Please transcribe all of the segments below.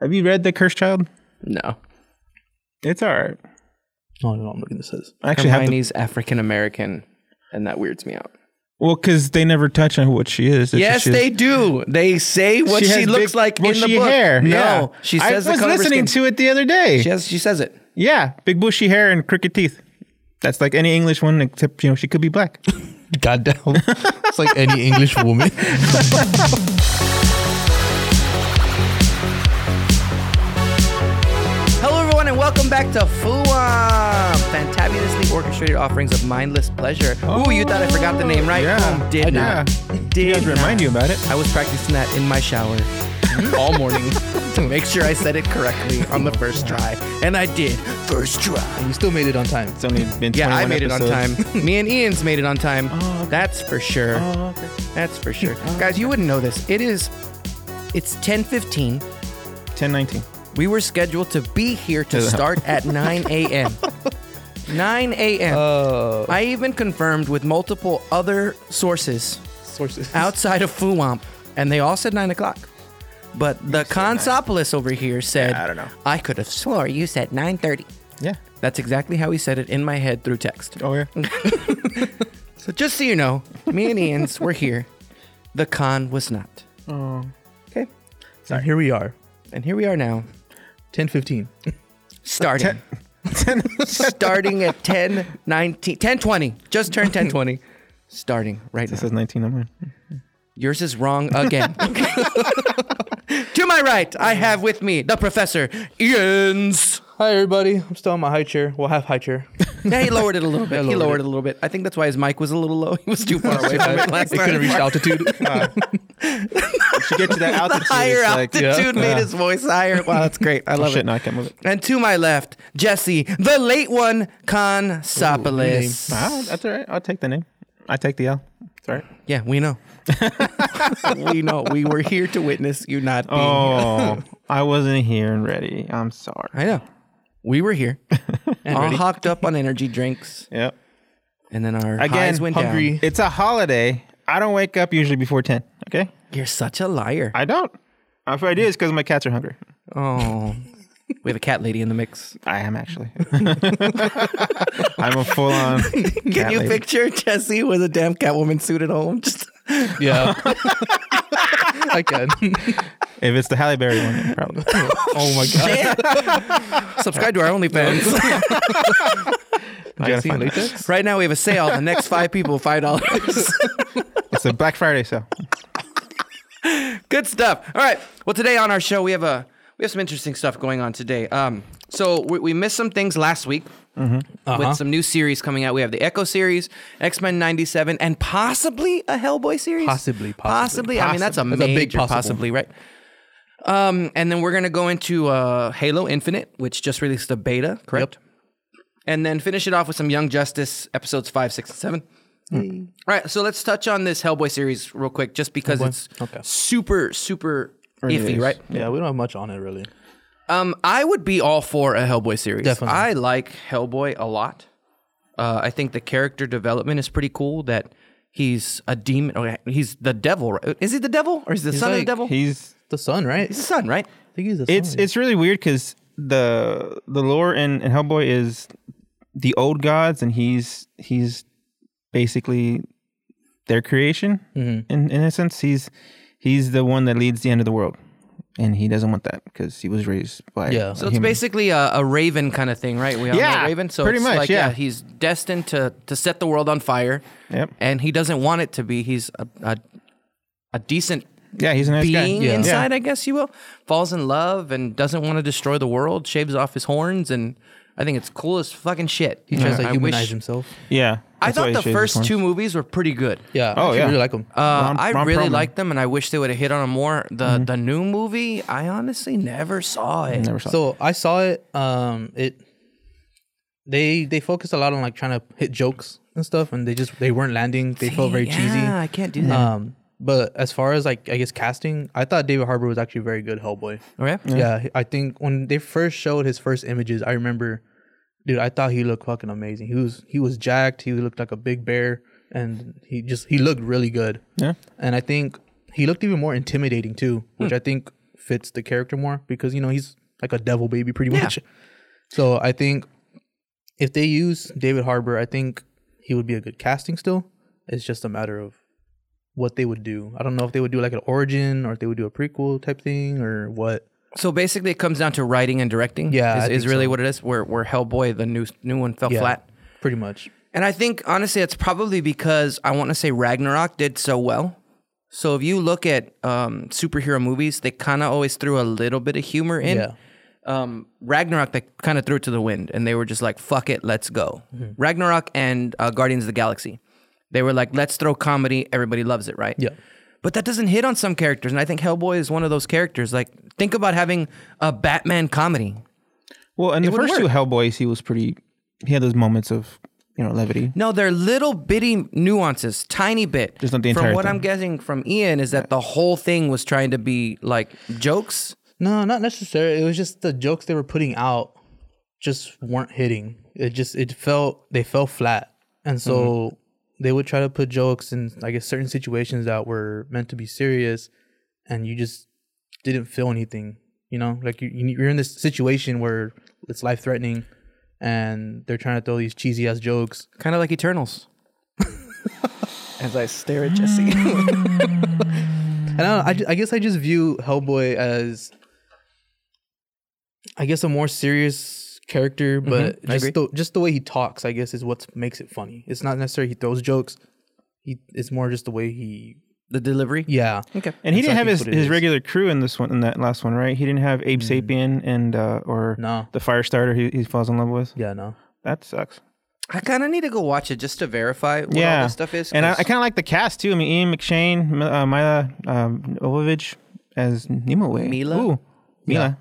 Have you read The Cursed Child? No. It's all right. Oh no, I'm looking this says. I actually have the, Hermione's African American, and that weirds me out. well because they never touch on what she is. It's just Yes, she- they do. They say what she, has looks big like in the bushy book. hair. No, Yeah. she says I was the color of her listening skin. to it the other day. She has. She says it. Yeah, big bushy hair and crooked teeth. That's like any English one, except you know she could be black. Goddamn, it's like any English woman. Hello, everyone, and welcome back to FUAM, fantabulously orchestrated offerings of mindless pleasure. Ooh, you thought I forgot the name, right? yeah. Boom, did I did. not. Did You guys not. remind you about it. I was practicing that in my shower all morning to make sure I said it correctly on the first try, and I did. First try. And you still made it on time. It's only been 21 Yeah, I made it on episodes. Oh, time. Me and Ian's made it on time. That's for sure. That's for sure. Guys, you wouldn't know this. It is it's 10:15. 1019. We were scheduled to be here to start at 9 a.m. 9 a.m. Oh. Uh, I even confirmed with multiple other sources sources. outside of Fuwamp, and they all said 9 o'clock. But the Consopolis over here said, I don't know. I could have swore you said 9.30. Yeah. That's exactly how he said it in my head through text. Oh yeah. So just so you know, me and Ian's were here. The con was not. Okay. And here we are, And here we are now, ten fifteen. starting. starting at 10, 19, 10, 20. Just turned 10, 20. Starting right It now. says 19 on mine. Yours is wrong again. to my right, I have with me the professor, Ian's. Hi everybody, I'm still on my high chair. Well, half high chair. Yeah, he lowered it a little bit. he lowered lowered it. it a little bit. I think that's why his mic was a little low. He was too far away from it last It couldn't time. reach altitude. If you get to that altitude, Higher it's like, altitude yeah. made Yeah. his voice higher. Wow, that's great. I love Shit, it. no, I can't move it. And to my left, Jesse, the late one, Consopolis. Ah, that's all right. I'll take the name. I take the L. It's all right. Yeah, we know. we know. We were here to witness you not being here. Oh, I wasn't here and ready. I'm sorry. I know. We were here. all ready. hocked up on energy drinks. Yep. And then our Again, eyes went hungry. down. It's a holiday. I don't wake up usually before 10. Okay. You're such a liar. I don't. If I do, it's because my cats are hungry. oh. We have a cat lady in the mix. I am actually. I'm a full on. Can you picture Jesse with a damn Catwoman suit at home? Just yeah, I can. If it's the Halle Berry one, then probably. Oh my god, subscribe to our OnlyFans. You gotta see you find it. later. right now we have a sale. The next five people, five dollars. It's a Black Friday sale. Good stuff. All right. Well, today on our show we have a we have some interesting stuff going on today. Um, so we, we missed some things last week Mm-hmm. Uh-huh. with some new series coming out. We have the Echo series, X Men '97, and possibly a Hellboy series. Possibly, possibly. I mean, that's a That's a major big possible. possibly, right? Um, and then we're gonna go into uh, Halo Infinite, which just released a beta, correct? And then finish it off with some Young Justice episodes five, six, and seven. Hmm. All right, so let's touch on this Hellboy series real quick, just because it's Okay. super, super iffy, is. right? Yeah, we don't have much on it really. Um, I would be all for a Hellboy series. Definitely. I like Hellboy a lot. Uh, I think the character development is pretty cool. That he's a demon. Okay, he's the devil. Right? Is he the devil or is he the son of the like- devil? He's He's. The sun, right? the son, right? I think he's the sun. It's it's really weird because the the lore in, in Hellboy is the old gods and he's he's basically their creation Mm-hmm. in in a sense. He's he's the one that leads the end of the world, and he doesn't want that because he was raised by Yeah. a So it's human. basically a, a raven kind of thing, right? We all Yeah, know raven. So pretty it's much, like, uh, yeah. he's destined to to set the world on fire, Yep. and he doesn't want it to be. He's a a, a decent yeah he's a nice guy. being Yeah. inside, I guess you will, falls in love and doesn't want to destroy the world, shaves off his horns, and I think it's cool as fucking shit. he tries I to wish- humanize himself. Yeah, I that's why thought he the shaves his first horns. two movies were pretty good. Yeah. Oh, I actually yeah. really like him. Uh, Ron- I Ron really Perlman. liked them, and I wish they would have hit on them more. The Mm-hmm. the new movie, I honestly never saw it. Never saw. it. So I saw it. Um, it they they focused a lot on like trying to hit jokes and stuff, and they just they weren't landing. They felt very yeah, I cheesy. can't do that. Um, but as far as like I guess casting, I thought David Harbour was actually very good Hellboy. okay. Yeah. I think when they first showed his first images, I remember, dude, I thought he looked fucking amazing. He was he was jacked. He looked like a big bear, and he just he looked really good. Yeah. And I think he looked even more intimidating too, which I think fits the character more because you know he's like a devil baby pretty Yeah. much. So I think if they use David Harbour, I think he would be a good casting still. It's just a matter of what they would do. I don't know if they would do like an origin or if they would do a prequel type thing or what. So basically, it comes down to writing and directing. Yeah, I is, is think really so. what it is. Where where Hellboy, the new new one, fell Yeah, flat. Pretty much. And I think honestly, it's probably because I want to say Ragnarok did so well. So if you look at um, superhero movies, they kind of always threw a little bit of humor in. Yeah. Um, Ragnarok, they kind of threw it to the wind, and they were just like, "Fuck it, let's go." Mm-hmm. Ragnarok and uh, Guardians of the Galaxy, they were like, "Let's throw comedy. Everybody loves it, right?" Yeah. But that doesn't hit on some characters, and I think Hellboy is one of those characters. Like, think about having a Batman comedy. Well, and the would first two Hellboys, he was pretty. He had those moments of you know levity. No, they're little bitty nuances, tiny bit. Just not the From entire what thing. I'm guessing from Ian is that the whole thing was trying to be like jokes. No, not necessarily. It was just the jokes they were putting out just weren't hitting. It just it felt they fell flat, and so they would try to put jokes in I guess certain situations that were meant to be serious, and you just didn't feel anything. You know, like you you- you're in this situation where it's life threatening, and they're trying to throw these cheesy ass jokes. Kind of like Eternals. As I stare at Jesse. And I, don't Mm-hmm. know, I ju- I guess I just view Hellboy as, I guess, a more serious character, Mm-hmm. but I just the, just the way he talks, I guess, is what makes it funny. It's not necessarily he throws jokes. He it's more just the way he. the delivery. Yeah, Okay. And he That's didn't have exactly his, what it his is. Mm. regular crew in this one in that last one, right? He didn't have Abe Sapien and uh, or No. the Firestarter he, he falls in love with. yeah, no. That sucks. I kind of need to go watch it just to verify what all yeah, this stuff is. and I, 'cause- I kind of like the cast too. I mean, Ian McShane, M- uh, Mila um, Ovovich as Nimue. Mila? Ooh, Mila,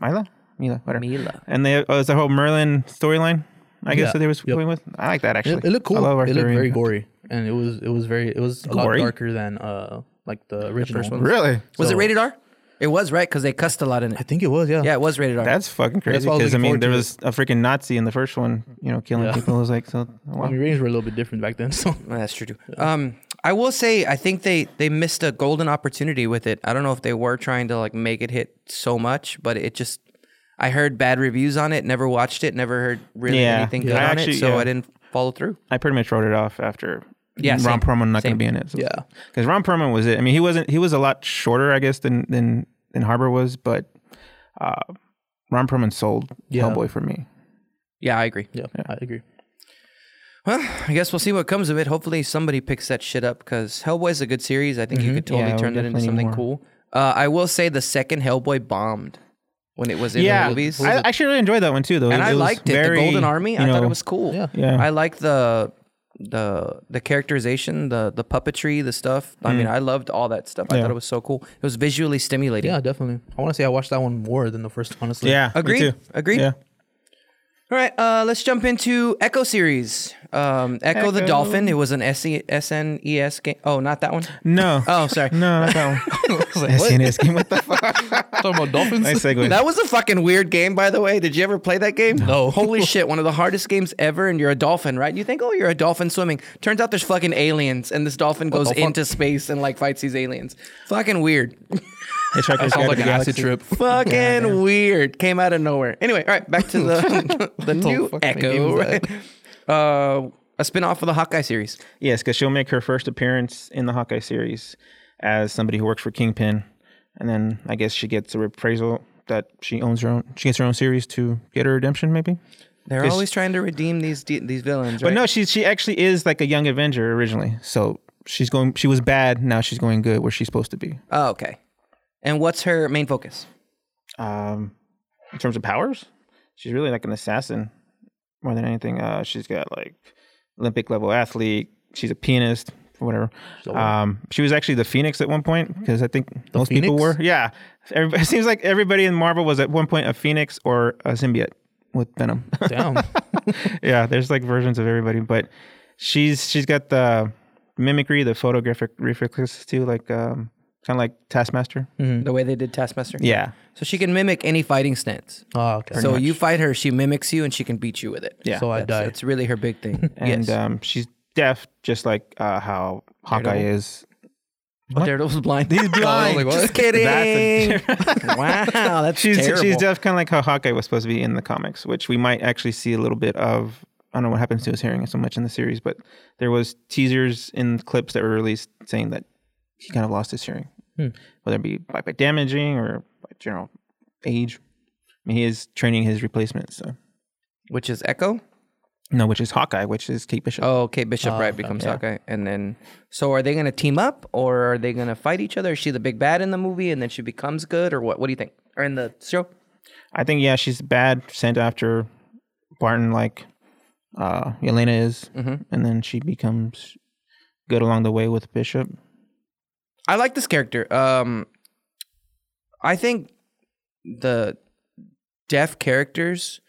Mila, Mila, whatever. Mila. And they oh, it's the whole Merlin storyline. I guess Yeah. that they was Yep. going with. I like that actually. It, it looked cool. I love It looked Arthurian. very gory, and it was it was very it was a lot Gory? darker than uh like the original one. Really? was it so- rated R? It was right because they cussed a lot in I it. think it was yeah. Yeah, it was rated R. That's fucking crazy. what I was Because I looking mean, forward there to. was a freaking Nazi in the first one, you know, killing people. It was like so. I Wow. mean, ratings were a little bit different back then. So Well, that's true. Too. Um, I will say I think they they missed a golden opportunity with it. I don't know if they were trying to like make it hit so much, but it just I heard bad reviews on it. Never watched it. Never heard really Yeah. anything Yeah. good I on it. actually- So yeah. I didn't follow through. I pretty much wrote it off after. Yeah, same. Ron Perlman not going Same. to be in it. So. Yeah. because Ron Perlman was it. I mean, he wasn't. He was a lot shorter, I guess, than than than Harbor was, but uh, Ron Perlman sold Yeah. Hellboy for me. Yeah, I agree. yeah, I agree. Well, I guess we'll see what comes of it. Hopefully, somebody picks that shit up because Hellboy's a good series. I think you could totally Mm-hmm. Yeah, we turn that into definitely something need cool. Uh, I will say the second Hellboy bombed when it was in yeah, the movies. I actually really enjoyed that one too, though. and It- I it was liked it. very, the Golden Army, you I thought know, it was cool. Yeah. Yeah. I like the the the characterization, the the puppetry, the stuff. I Mm. mean, I loved all that stuff. I Yeah. thought it was so cool. It was visually stimulating. Yeah, definitely. I want to say I watched that one more than the first. Honestly, Yeah, me Agreed. too. Agreed. Yeah, All right, uh, let's jump into Echo series. Um, Echo, the Echo. Dolphin. It was an S E S N E S game. Oh, not that one. no, Oh, sorry. no, not that one. SNS game. What the fuck? Talking about dolphins. Nice segue. That was a fucking weird game, by the way. Did you ever play that game? No. Holy shit, one of the hardest games ever, and you're a dolphin, right? You think, oh, you're a dolphin swimming. Turns out there's fucking aliens, and this dolphin goes the fuck? into space and like fights these aliens. Fucking weird. Hitchhiker's Guide Sounds to like the an acid Galaxy. trip. fucking weird. Came out of nowhere. Anyway, all right, back to the the new fucking game Echo. is Right? Uh, a spin-off of the Hawkeye series. Yes, because she'll make her first appearance in the Hawkeye series as somebody who works for Kingpin, and then I guess she gets a reprisal that she owns her own. She gets her own series to get her redemption, maybe. They're Is- always trying to redeem these de- these villains. But right? no, she she actually is like a young Avenger originally. So she's going. She was bad. Now she's going good where she's supposed to be. Oh, okay. And what's her main focus? Um, in terms of powers, she's really like an assassin more than anything. Uh, she's got like Olympic level athlete. She's a pianist, whatever. Um, she was actually the Phoenix at one point because I think most people were. Phoenix? Yeah, everybody, it seems like everybody in Marvel was at one point a Phoenix or a symbiote with Venom. Damn. yeah, there's like versions of everybody, but she's she's got the mimicry, the photographic reflexes too, like um, kind of like Taskmaster. Mm-hmm. Hmm. The way they did Taskmaster. Yeah, So she can mimic any fighting stance. oh, okay. so you fight her, she mimics you, and she can beat you with it. yeah. So I That's, died. that's really her big thing. and yes. um, she's deaf, just like uh, how Hawkeye Daredevil? is. But Daredevil was blind. He's blind. like, what? Just kidding. wow, that's she's terrible. she's deaf, kind of like how Hawkeye was supposed to be in the comics, which we might actually see a little bit of. I don't know what happens to his hearing so much in the series, but there was teasers and clips that were released saying that he kind of lost his hearing, whether it be by, by damaging or by general age. I mean, he is training his replacement, so Which is Echo. no, which is Hawkeye, which is Kate Bishop. Oh, okay. Bishop Wright becomes Hawkeye, and then so are they going to team up or are they going to fight each other? Is she the big bad in the movie, and then she becomes good, or what? What do you think? Or in the show? I think yeah, she's bad sent after Barton like uh Elena is Mm-hmm. and then she becomes good along the way with Bishop. I like this character. Um, I think the deaf characters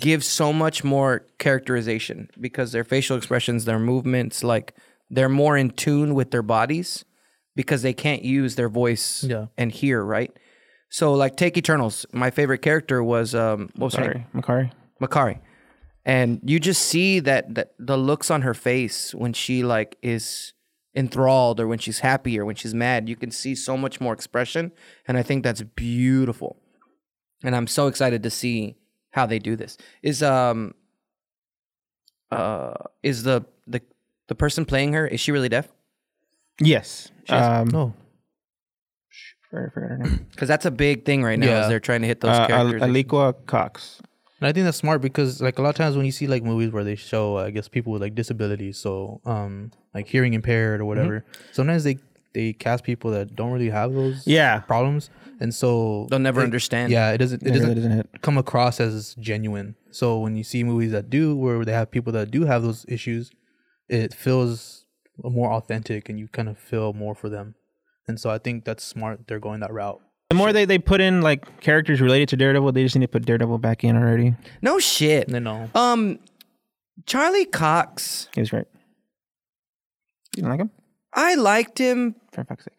give so much more characterization because their facial expressions, their movements, like they're more in tune with their bodies because they can't use their voice Yeah. and hear, right? So, like, take Eternals. My favorite character was um, what was her name? Sorry, Makari. Makari. And you just see that, that the looks on her face when she like is enthralled or when she's happy or when she's mad, you can see so much more expression. And I think that's beautiful. And I'm so excited to see how they do this. Is um uh is the the the person playing her, is she really deaf? Yes. Um No. sorry, I forgot her name. Because that's a big thing right now. Is Yeah. they're trying to hit those Uh, Al- characters. Aliqua Cox. And I think that's smart because like a lot of times when you see like movies where they show uh, I guess people with like disabilities, so um like hearing impaired or Mm-hmm. whatever, sometimes they they cast people that don't really have those Yeah. problems, and so They'll never it- understand. Yeah, it doesn't it It really doesn't, doesn't hit. come across as genuine. So when you see movies that do where they have people that do have those issues, it feels more authentic and you kind of feel more for them. And so I think that's smart. They're going that route. The more they, they put in like characters related to Daredevil, they just need to put Daredevil back in already. No shit. No, no. Um Charlie Cox. He was right. You don't like him? I liked him, For fuck's sake.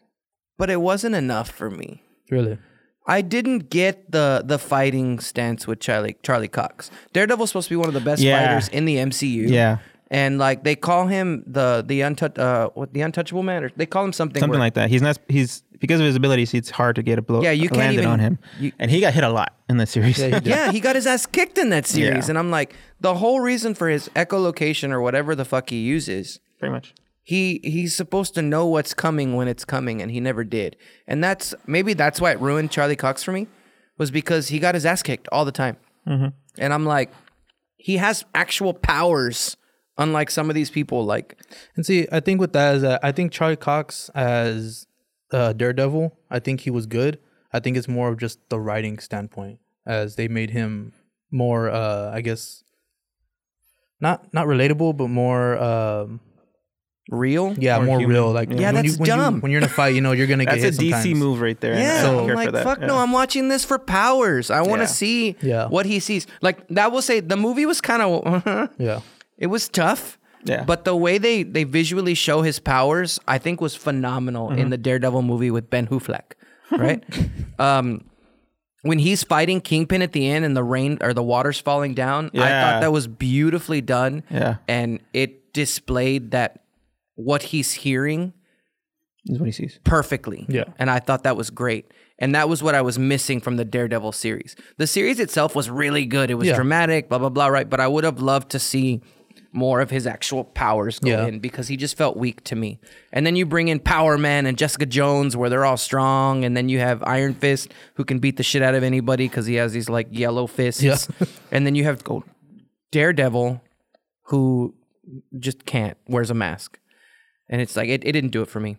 but it wasn't enough for me. Really? I didn't get the the fighting stance with Charlie Charlie Cox. Daredevil's supposed to be one of the best Yeah. fighters in the MCU. Yeah. and like they call him the the untouch uh what the untouchable man or they call him something. Something where- like that. He's not he's because of his abilities, it's hard to get a blow Yeah, you can't landed even- on him. you- and he got hit a lot in the series. Yeah, he did. yeah, he got his ass kicked in that series, Yeah. and I'm like the whole reason for his echolocation or whatever the fuck he uses. Pretty much. He he's supposed to know what's coming when it's coming, and he never did. And that's maybe that's why it ruined Charlie Cox for me, was because he got his ass kicked all the time. And I'm like, he has actual powers, unlike some of these people. Like, And see, I think with that is that I think Charlie Cox as uh, Daredevil, I think he was good. I think it's more of just the writing standpoint as they made him more, uh, I guess, not not relatable, but more, um, real. yeah, more, human. real. Like Yeah, when that's you, when dumb. You, when you're in a fight, you know you're gonna get That's a DC hit sometimes. move right there. and I Yeah, don't I'm care like, for that. fuck Yeah. no, I'm watching this for powers. I want to Yeah. see Yeah. what he sees. Like that will say the movie was kind of Yeah, It was tough. Yeah. But the way they they visually show his powers, I think was phenomenal Mm-hmm. in the Daredevil movie with Ben Hufleck, right? um when he's fighting Kingpin at the end and the rain or the water's falling down, I Yeah. thought that was beautifully done. Yeah. And it displayed that what he's hearing is what he sees. perfectly. Yeah. And I thought that was great. And that was what I was missing from the Daredevil series. The series itself was really good. It was Yeah. dramatic, blah, blah, blah, right? But I would have loved to see more of his actual powers go Yeah. in because he just felt weak to me. And then you bring in Power Man and Jessica Jones where they're all strong. And then you have Iron Fist who can beat the shit out of anybody because he has these like yellow fists. Yeah. and then you have Gold Daredevil who just can't, wears a mask. And it's like, it, it didn't do it for me.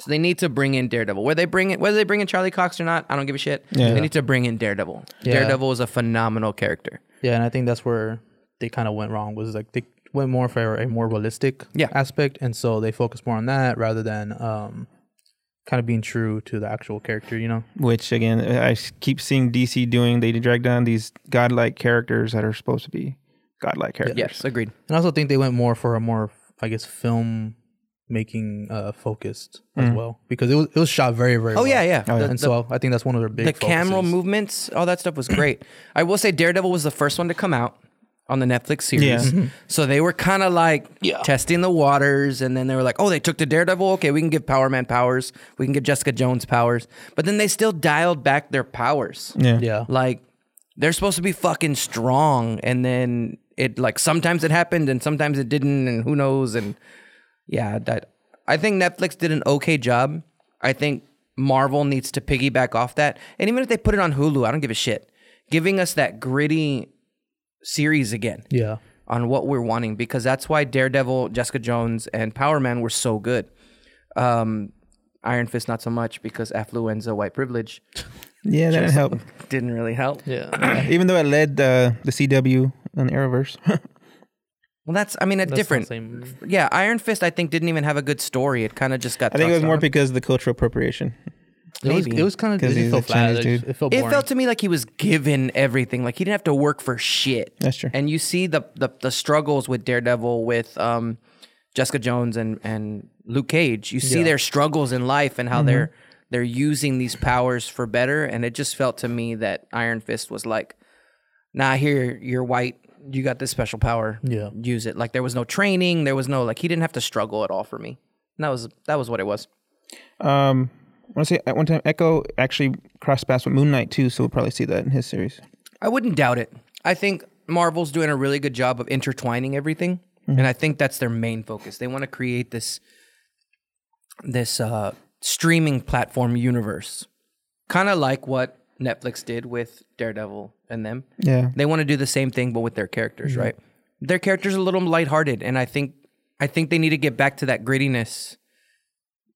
So they need to bring in Daredevil. Whether they bring it, whether they bring in Charlie Cox or not, I don't give a shit. Yeah. They need to bring in Daredevil. Yeah. Daredevil is a phenomenal character. yeah, and I think that's where they kind of went wrong. Was like they went more for a more realistic Yeah. aspect, and so they focused more on that rather than um, kind of being true to the actual character. You know. Which again, I s- keep seeing DC doing. They drag down these godlike characters that are supposed to be godlike characters. Yes, agreed. And I also think they went more for a more, I guess, film making uh, focused as well because it was it was shot very very. Oh well. yeah, yeah. Mm. yeah. The, And so I think that's one of their big. the camera focuses. movements, all that stuff was great. I will say Daredevil was the first one to come out. on the Netflix series. So they were kind of like testing the waters, and then they were like, "Oh, they took to Daredevil. Okay, we can give Power Man powers. We can give Jessica Jones powers." But then they still dialed back their powers. Yeah. Yeah. Like they're supposed to be fucking strong, and then it like sometimes it happened and sometimes it didn't, and who knows? And yeah, that I think Netflix did an okay job. I think Marvel needs to piggyback off that, and even if they put it on Hulu, I don't give a shit. Giving us that gritty series again yeah. on what we're wanting because that's why Daredevil, Jessica Jones, and Power Man were so good. Um, Iron Fist not so much because affluenza, white privilege Yeah, that didn't help. didn't really help. Yeah. Even though I led uh, the CW on the Arrowverse. Well, that's I mean a That's different. not the same. Yeah, Iron Fist I think didn't even have a good story. It kind of just got. I think it was tossed more on. because of the cultural appropriation. It was, Maybe. it was kind of 'Cause it just he's a felt flat. Chinese It just- dude. It felt It boring. felt to me like he was given everything. Like he didn't have to work for shit. That's true. And you see the the, the struggles with Daredevil, with um, Jessica Jones and and Luke Cage. You see Yeah. Mm-hmm. their struggles in life and how they're they're using these powers for better. And it just felt to me that Iron Fist was like, "Nah, here you're white. You got this special power. Yeah. use it." Like there was no training. There was no like he didn't have to struggle at all for me. And that was that was what it was. Um, I want to say at one time Echo actually crossed paths with Moon Knight too, so we'll probably see that in his series. I wouldn't doubt it. I think Marvel's doing a really good job of intertwining everything, and I think that's their main focus. They want to create this this uh, streaming platform universe, kind of like what Netflix did with Daredevil and them. Yeah. They want to do the same thing, but with their characters, right? Their characters are a little lighthearted, and I think I think they need to get back to that grittiness.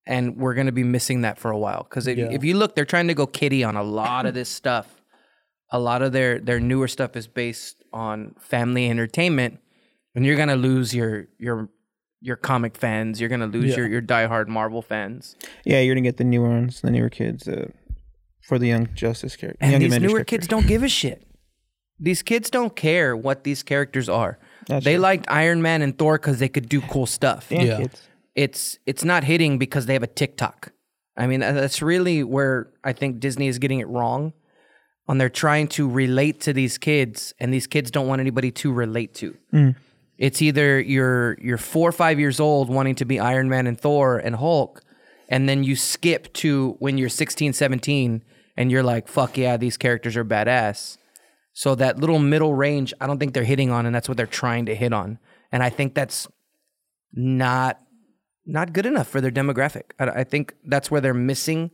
And we're going to be missing that for a while because if, if you look, they're trying to go kitty on a lot of this stuff. A lot of their their newer stuff is based on family entertainment, and you're going to lose your your your comic fans. You're going to lose your your diehard Marvel fans. Yeah, you're gonna get the newer ones, the newer kids, uh, for the Young Justice character. And young these Avengers newer character. kids don't give a shit. These kids don't care what these characters are. they liked Iron Man and Thor because they could do cool stuff. And Yeah. kids. It's it's not hitting because they have a TikTok. I mean, tha- that's really where I think Disney is getting it wrong. On they're trying to relate to these kids, and these kids don't want anybody to relate to. It's either you're you're four or five years old wanting to be Iron Man and Thor and Hulk, and then you skip to when you're 16, 17, and you're like, fuck yeah, these characters are badass. So that little middle range, I don't think they're hitting on, and that's what they're trying to hit on. And I think that's not not good enough for their demographic. I, I think that's where they're missing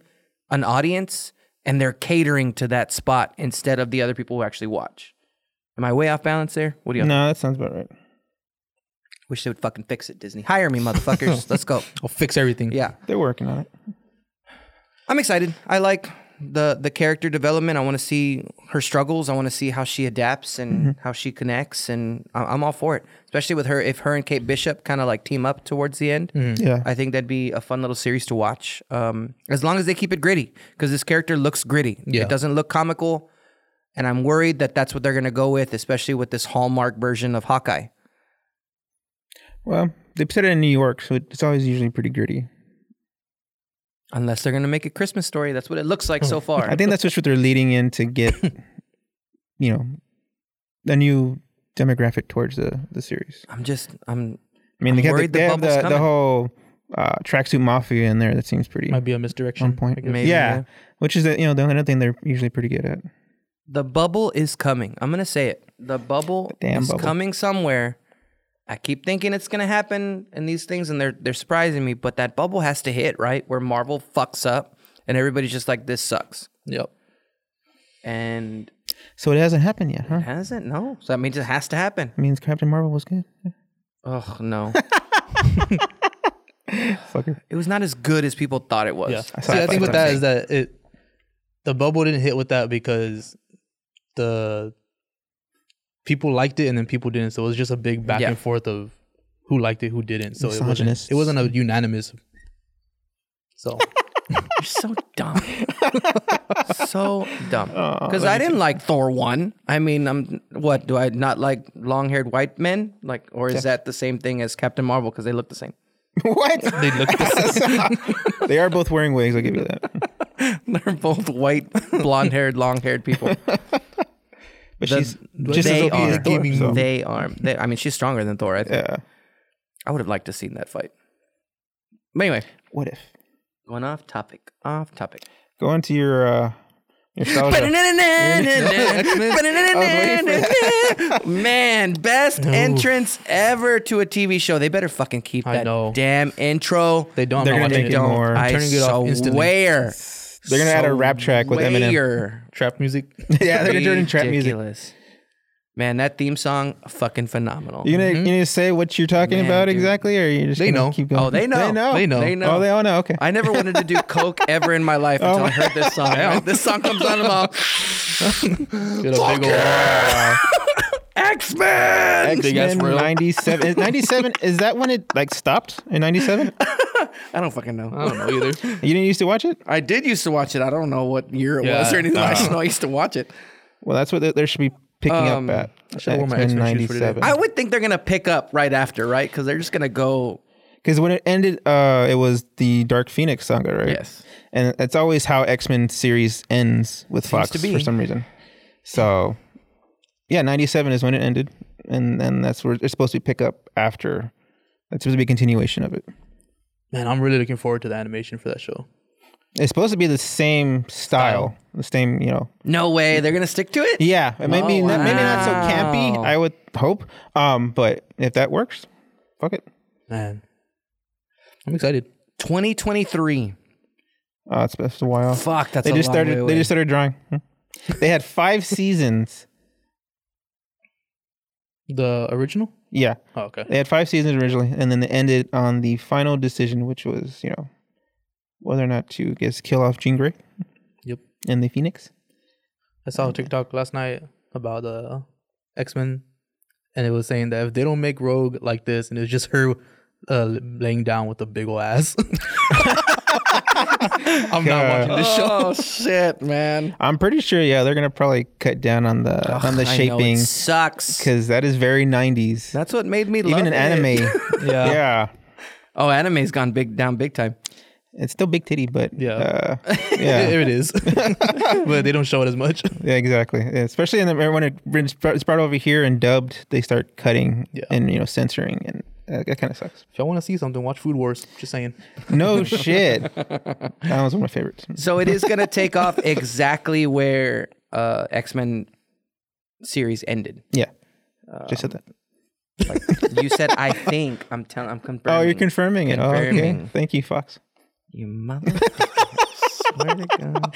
an audience, and they're catering to that spot instead of the other people who actually watch. Am I way off balance there? What do you No, that sounds about right. Wish they would fucking fix it, Disney. Hire me, motherfuckers. Let's go. I'll fix everything. Yeah. They're working on it. I'm excited. I like the the character development. I want to see her struggles. I want to see how she adapts and how she connects, and I- I'm all for it. Especially with her, if her and Kate Bishop kind of like team up towards the end, Yeah. I think that'd be a fun little series to watch. Um, as long as they keep it gritty, because this character looks gritty. Yeah. It doesn't look comical, and I'm worried that that's what they're gonna go with, especially with this Hallmark version of Hawkeye. well, they set it in New York, so it's always usually pretty gritty. Unless they're gonna make a Christmas story, that's what it looks like so far. I think that's just what they're leading in to get, you know, a new demographic towards the the series. I'm just I'm I mean, I'm they have, the, worried the they have bubble's the, the coming. whole uh, tracksuit mafia in there. That seems pretty Might be a misdirection. on point. I guess. Maybe, yeah. yeah. which is the, you know the only thing they're usually pretty good at. The bubble is coming. I'm gonna say it. The bubble The damn is bubble. coming somewhere. I keep thinking it's gonna happen in these things, and they're they're surprising me. But that bubble has to hit right where Marvel fucks up, and everybody's just like, "This sucks," Yep. and So it hasn't happened yet, huh? it hasn't. No, so that means it has to happen. I mean, Captain Marvel was good. Oh no, Fucker. it was not as good as people thought it was. Yeah. I See, I that's think what with I'm that is that it, the bubble didn't hit with that because the people liked it and then people didn't. So it was just a big back Yeah. and forth of who liked it, who didn't. So it wasn't, Misogynists. it wasn't a unanimous. So You're so dumb, so dumb. Because I didn't like Thor one. I mean, I'm what do I not like long-haired white men? Like, or is that the same thing as Captain Marvel? Because they look the same. what? They look They are both wearing wigs. I'll give you that. They're both white, blonde haired, long haired people. But The- she's but just they as OP as are. Thor. Gaming so- They are. They, I mean, she's stronger than Thor. I think. yeah. I would have liked to seen that fight. But anyway, What if? going off topic. Off topic. Go into your uh, nostalgia. Man, best entrance ever to a TV show. They better fucking keep I that know. damn intro. They don't. They're I'm gonna not make watching it more. I'm I turning it off instantly. swear. They're gonna add a rap track with Eminem. Swear. Trap music. yeah, they're gonna do it in trap music. Ridiculous. Man, that theme song fucking phenomenal. You gonna you gonna say what you're talking Mm-hmm. Man, about dude. exactly, or you just They gonna know. Keep going? Oh, they know. They know. They know. They know. Oh, they all know. Okay. I never wanted to do coke ever in my life until I heard this song. This song comes on about Get a big old. X Men. X-Men ass for real. 97. Is 97 is that when it like stopped in 97? I don't fucking know. I don't know either. You didn't used to watch it? I did used to watch it. I don't know what year it Yeah, was or anything. I uh, Uh-huh. just know I used to watch it. Well, that's what they, they should be picking Um, up at. should've worn my X-Men X-Men shoes for today. 97. I would think they're gonna pick up right after, right? Because they're just gonna go. Cuz when it ended uh it was the Dark Phoenix saga, right? Yes. And that's always how X-Men series ends with Fox to be. for some reason. So yeah, 97 is when it ended and and that's where it's supposed to be pick up after that's supposed to be a continuation of it. Man, I'm really looking forward to the animation for that show. It's supposed to be the same style, the same, you know, No way. They're gonna stick to it. Yeah, it may be not- maybe not so campy. Oh, wow. I would hope, um, but if that works, fuck it. Man, I'm excited. 2023. Uh, it's best a while. Fuck, that's they a just long started. way They away. just started drawing. Hmm. they had five seasons. The original? Yeah, Oh, okay. they had five seasons originally, and then they ended on the final decision, which was you know whether or not to I guess kill off Jean Grey. Yep. And the Phoenix. I saw a TikTok last night about uh, X Men, and it was saying that if they don't make Rogue like this, and it's just her uh, laying down with a big ol' ass, I'm not God. watching this show. Oh shit, man. I'm pretty sure. Yeah, they're gonna probably cut down on the on the I know, it shaping sucks. because that is very 90s. That's what made me love Even in it. anime. Yeah. yeah. Oh, anime's gone big down big time. It's still big titty, but Yeah. uh, yeah. There it is, but they don't show it as much. Yeah, exactly. Yeah, especially in the, when it- when it's brought it's brought over here and dubbed, they start cutting Yeah. and you know censoring, and uh, that kind of sucks. If y'all want to see something, watch Food Wars. Just saying. No shit. That was one of my favorites. So it is going to take off exactly where uh, X Men series ended. Yeah, just said Um, that. Like, you said, I think I'm telling. I'm confirming. Oh, you're confirming it. Oh, okay. Confirming. Thank you, Fox. You mother. swear to God.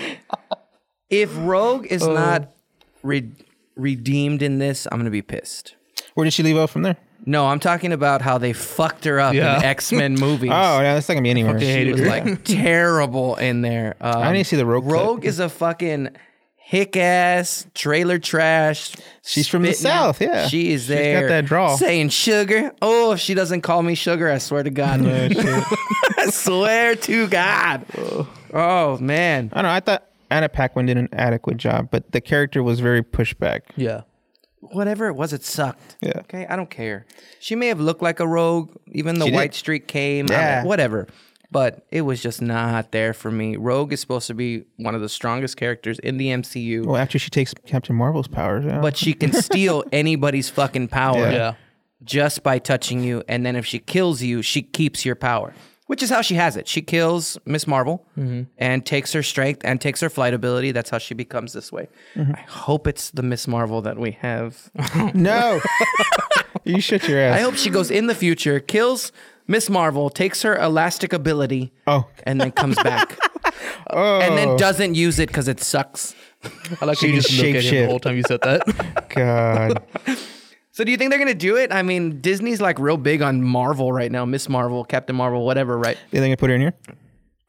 If Rogue is Oh. not re- redeemed in this, I'm going to be pissed. Where did she leave off from there? No, I'm talking about how they fucked her up Yeah. in X Men movies. Oh, no, that's not gonna be anywhere. she was like terrible in there. Um, I need to see the Rogue. clip. Rogue is a fucking hick ass trailer trash. She's from the spitting- South, yeah. She is got there. that drawl. Saying sugar. Oh, if she doesn't call me sugar, I swear to God. I swear to God. Oh man. I don't know. I thought Anna Paquin did an adequate job, but the character was very pushback. Yeah. Whatever it was, it sucked. Yeah. Okay, I don't care. She may have looked like a rogue, even the She did. white streak came. I- Yeah. whatever. But it was just not there for me. Rogue is supposed to be one of the strongest characters in the MCU. Well, after she takes Captain Marvel's powers, yeah. but she can steal anybody's fucking power Yeah. Yeah. just by touching you. And then if she kills you, she keeps your power, which is how she has it. She kills Miss Marvel Mm-hmm. and takes her strength and takes her flight ability. That's how she becomes this way. Mm-hmm. I hope it's the Miss Marvel that we have. no, you shut your ass. I hope she goes in the future, kills Miss Marvel, takes her elastic ability, Oh. and then comes back. And then doesn't use it because it sucks. I like She you just just look at him shapeshift. the whole time you said that. God. So do you think they're gonna do it? I mean, Disney's like real big on Marvel right now, Miss Marvel, Captain Marvel, whatever, right? You think I put her in here?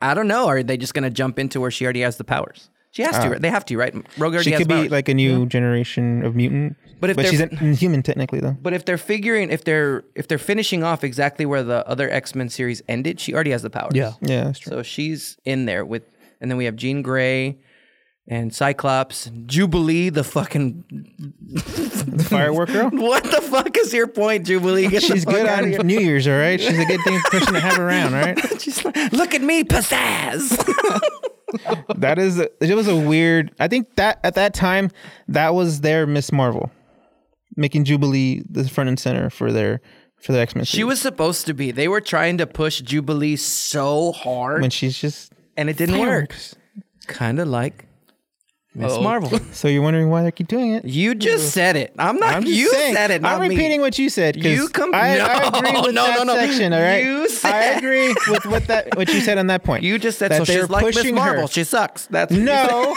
I don't know. Are they just gonna jump into where she already has the powers? She has to. right? They have to, right? Rogue already Uh. She has could be powers. like a new generation of mutant. But if but they're- she's an inhuman technically though. but if they're figuring, if they're if they're finishing off exactly where the other X Men series ended, she already has the powers. Yeah. Yeah, that's true. So she's in there with, and then we have Jean Grey, and Cyclops, Jubilee, the fucking the firework girl. what the fuck is your point, Jubilee? Get the She's fuck good outta on here. New Year's, all right. She's a good thing person to have around, all right. She's like, look at me, pizzazz. that is a, it was a weird. I think that at that time that was their Miss Marvel, making Jubilee the front and center for their for their X Men. She was supposed to be. They were trying to push Jubilee so hard, when she's just and it didn't work. fireworks. Kind of like Miss Oh. Uh-oh. Marvel. So you're wondering why they keep doing it. You just said it. I'm not. I'm just you saying, said it. Not I'm me. repeating what you said. 'cause You com- I, No, I agree with no, that no, no. section. All right, You I said- agree with what that what you said on that point. You just said that so. they're She's like Miss pushing Marvel. Her. She sucks. That's No,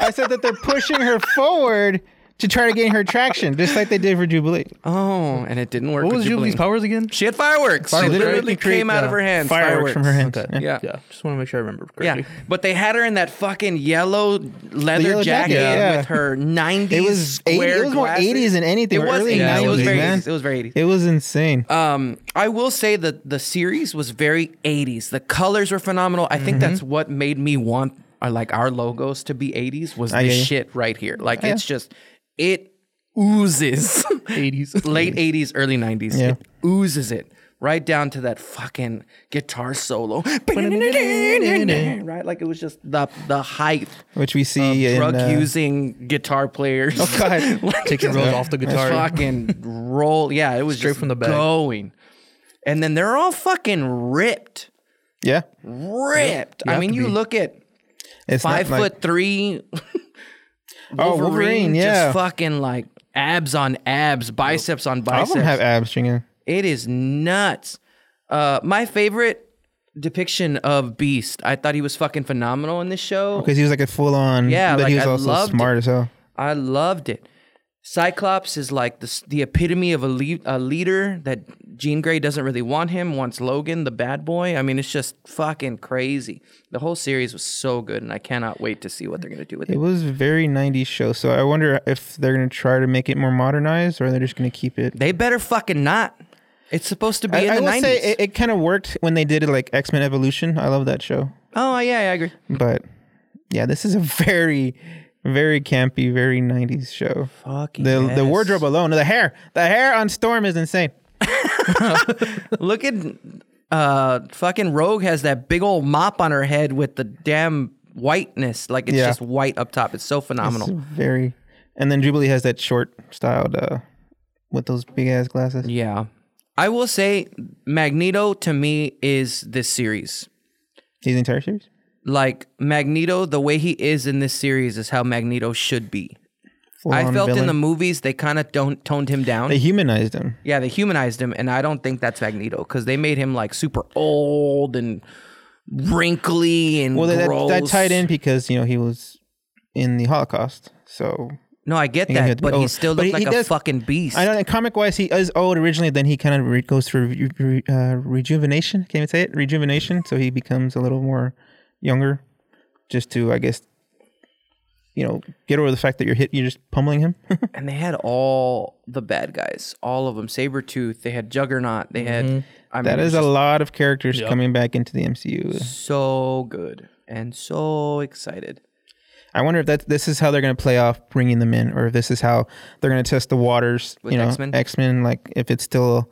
I said that they're pushing her forward to try to gain her traction, just like they did for Jubilee. Oh, and it didn't work. What with was Jubilee's powers again? She had fireworks. She Fireworks. literally They create, came out of uh, her hands. fireworks from her hands. Okay. Yeah. Yeah. Just want to make sure I remember Yeah, correctly. but they had her in that fucking yellow leather yellow jacket jacket, yeah. with her '90s. It was 80, square it was more glasses. 80s than anything. It or was early 80s. It was 90s, very man. 80s. It was very 80s. It was insane. Um, I will say that the series was very 80s. The colors were phenomenal. I think that's what made me want uh, like our logos to be 80s was I this hear you. shit right here. Like it's just it oozes 80s. late 80s, early 90s. Yeah. It oozes it right down to that fucking guitar solo. Right? Like it was just the the hype Which we see in Um, drug uh, using guitar players. Oh God. Taking Rose off the guitar. Fucking roll. Yeah, it was Straight just from the bag. going. And then they're all fucking ripped. Yeah. Ripped. I have mean, to you be. look at It's five not like- foot three Oh, Wolverine, Wolverine, yeah. just fucking like abs on abs, biceps on All biceps. of them have abs, Junior. It is nuts. Uh, my favorite depiction of Beast. I thought he was fucking phenomenal in this show. Because he was like a full on. Yeah, But like, he was I also loved smart as hell. I loved it. Cyclops is like the, s- the epitome of a, lead, a leader that Jean Grey doesn't really want him, wants Logan, the bad boy. I mean, it's just fucking crazy. The whole series was so good, and I cannot wait to see what they're going to do with It it. was a very 90s show. So I wonder if they're going to try to make it more modernized or they're just going to keep it. They better fucking not. It's supposed to be I, in I the will 90s. say it, it kind of worked when they did it like X Men Evolution. I love that show. oh, yeah, yeah, I agree. But yeah, this is a very, very campy, very 90s show. Fuck The, yes. the wardrobe alone, the hair, the hair on Storm is insane. Look at uh fucking Rogue has that big old mop on her head with the damn whiteness. Like it's Yeah. just white up top. It's so phenomenal. It's very. And then Jubilee has that short styled uh, with those big ass glasses. yeah. I will say Magneto to me is this series. These entire series? Like Magneto, the way he is in this series is how Magneto should be. Full I on felt in villain. the movies they kind of don't toned him down. They humanized him. yeah, they humanized him, and I don't think that's Magneto because they made him like super old and wrinkly and Well, that, gross. that, that tied in because, you know, he was in the Holocaust. So No, I get He had to that, be but he old. still But looked he- like he a does- fucking beast. I don't know. Comic wise, he is old originally. Then he kind of re- goes through re- re- uh, rejuvenation. Can't even say it. Rejuvenation. So he becomes a little more younger, just to, I guess, you know, get over the fact that you're hit. You're just pummeling him. And they had all the bad guys, all of them. Sabretooth, they had Juggernaut, they had. I mean, Mm-hmm. that it was is a just lot of characters coming back into the MCU. so good and so excited. I wonder if that this is how they're going to play off bringing them in, or if this is how they're going to test the waters. With you know, X-Men? X Men, like if it's still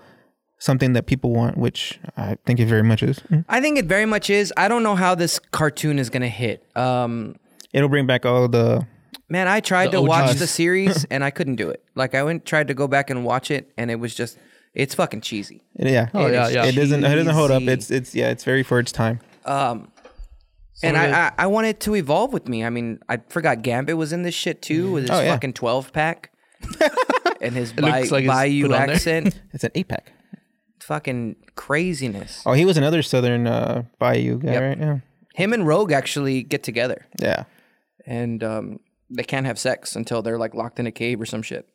something that people want, which I think it very much is. I think it very much is. I don't know how this cartoon is gonna hit. Um, It'll bring back all the. man, I tried to The watch OGs. the series and I couldn't do it. Like I went tried to go back and watch it, and it was just it's fucking cheesy. Yeah, oh yeah, yeah. It doesn't. It doesn't hold up. Cheesy. It's it's yeah. It's very for its time. Um, and Sort of I, I I want it to evolve with me. I mean, I forgot Gambit was in this shit Mm-hmm. too with his Oh, yeah. fucking twelve pack and his bi- looks like it's Bayou put on there. accent. It's an eight pack. fucking craziness. Oh, he was another Southern uh, Bayou guy, right? Yeah. Him and Rogue actually get together, Yeah. and um, they can't have sex until they're like locked in a cave or some shit.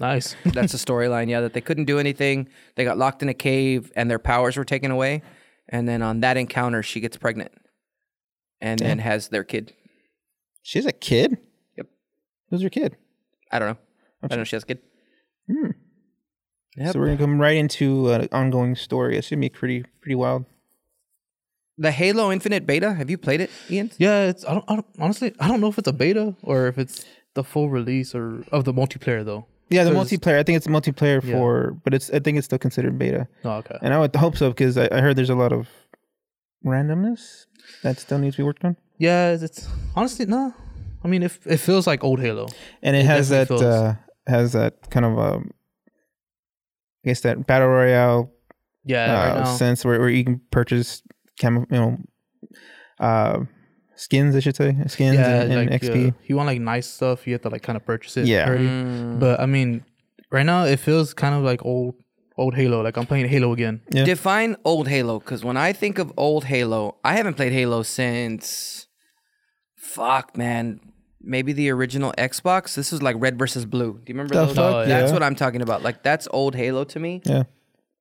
Nice. That's the storyline. Yeah, that they couldn't do anything. They got locked in a cave, and their powers were taken away. And then on that encounter, she gets pregnant, and then has their kid. She's a kid. Yep. Who's your kid? I don't know. I don't know. if She has a kid. Yep. So we're gonna come right into an ongoing story. It's gonna be pretty pretty wild. The Halo Infinite beta. Have you played it, Ian? Yeah, it's I don't, I don't honestly I don't know if it's a beta or if it's the full release or of the multiplayer though. Yeah, the 'Cause- multiplayer. I think it's multiplayer Yeah. for, but it's I think it's still considered beta. Oh, okay. And I would hope so because I, I heard there's a lot of randomness that still needs to be worked on. Yeah, it's, it's honestly no. I mean, if it feels like old Halo, And it, has that definitely feels- uh, has that kind of um, I guess that battle royale yeah, right uh, now. sense where, where you can purchase camo, you know, uh, skins. I should say skins yeah, and, and like, XP. uh, you want like nice stuff, you have to like kind of purchase it. Yeah. already. But I mean, right now it feels kind of like old old Halo. Like I'm playing Halo again. Yeah. Define old Halo, because when I think of old Halo, I haven't played Halo since. Fuck, man. Maybe the original Xbox. This is like red versus blue. Do you remember The those? Oh, fuck, That's yeah. what I'm talking about. Like that's old Halo to me. Yeah,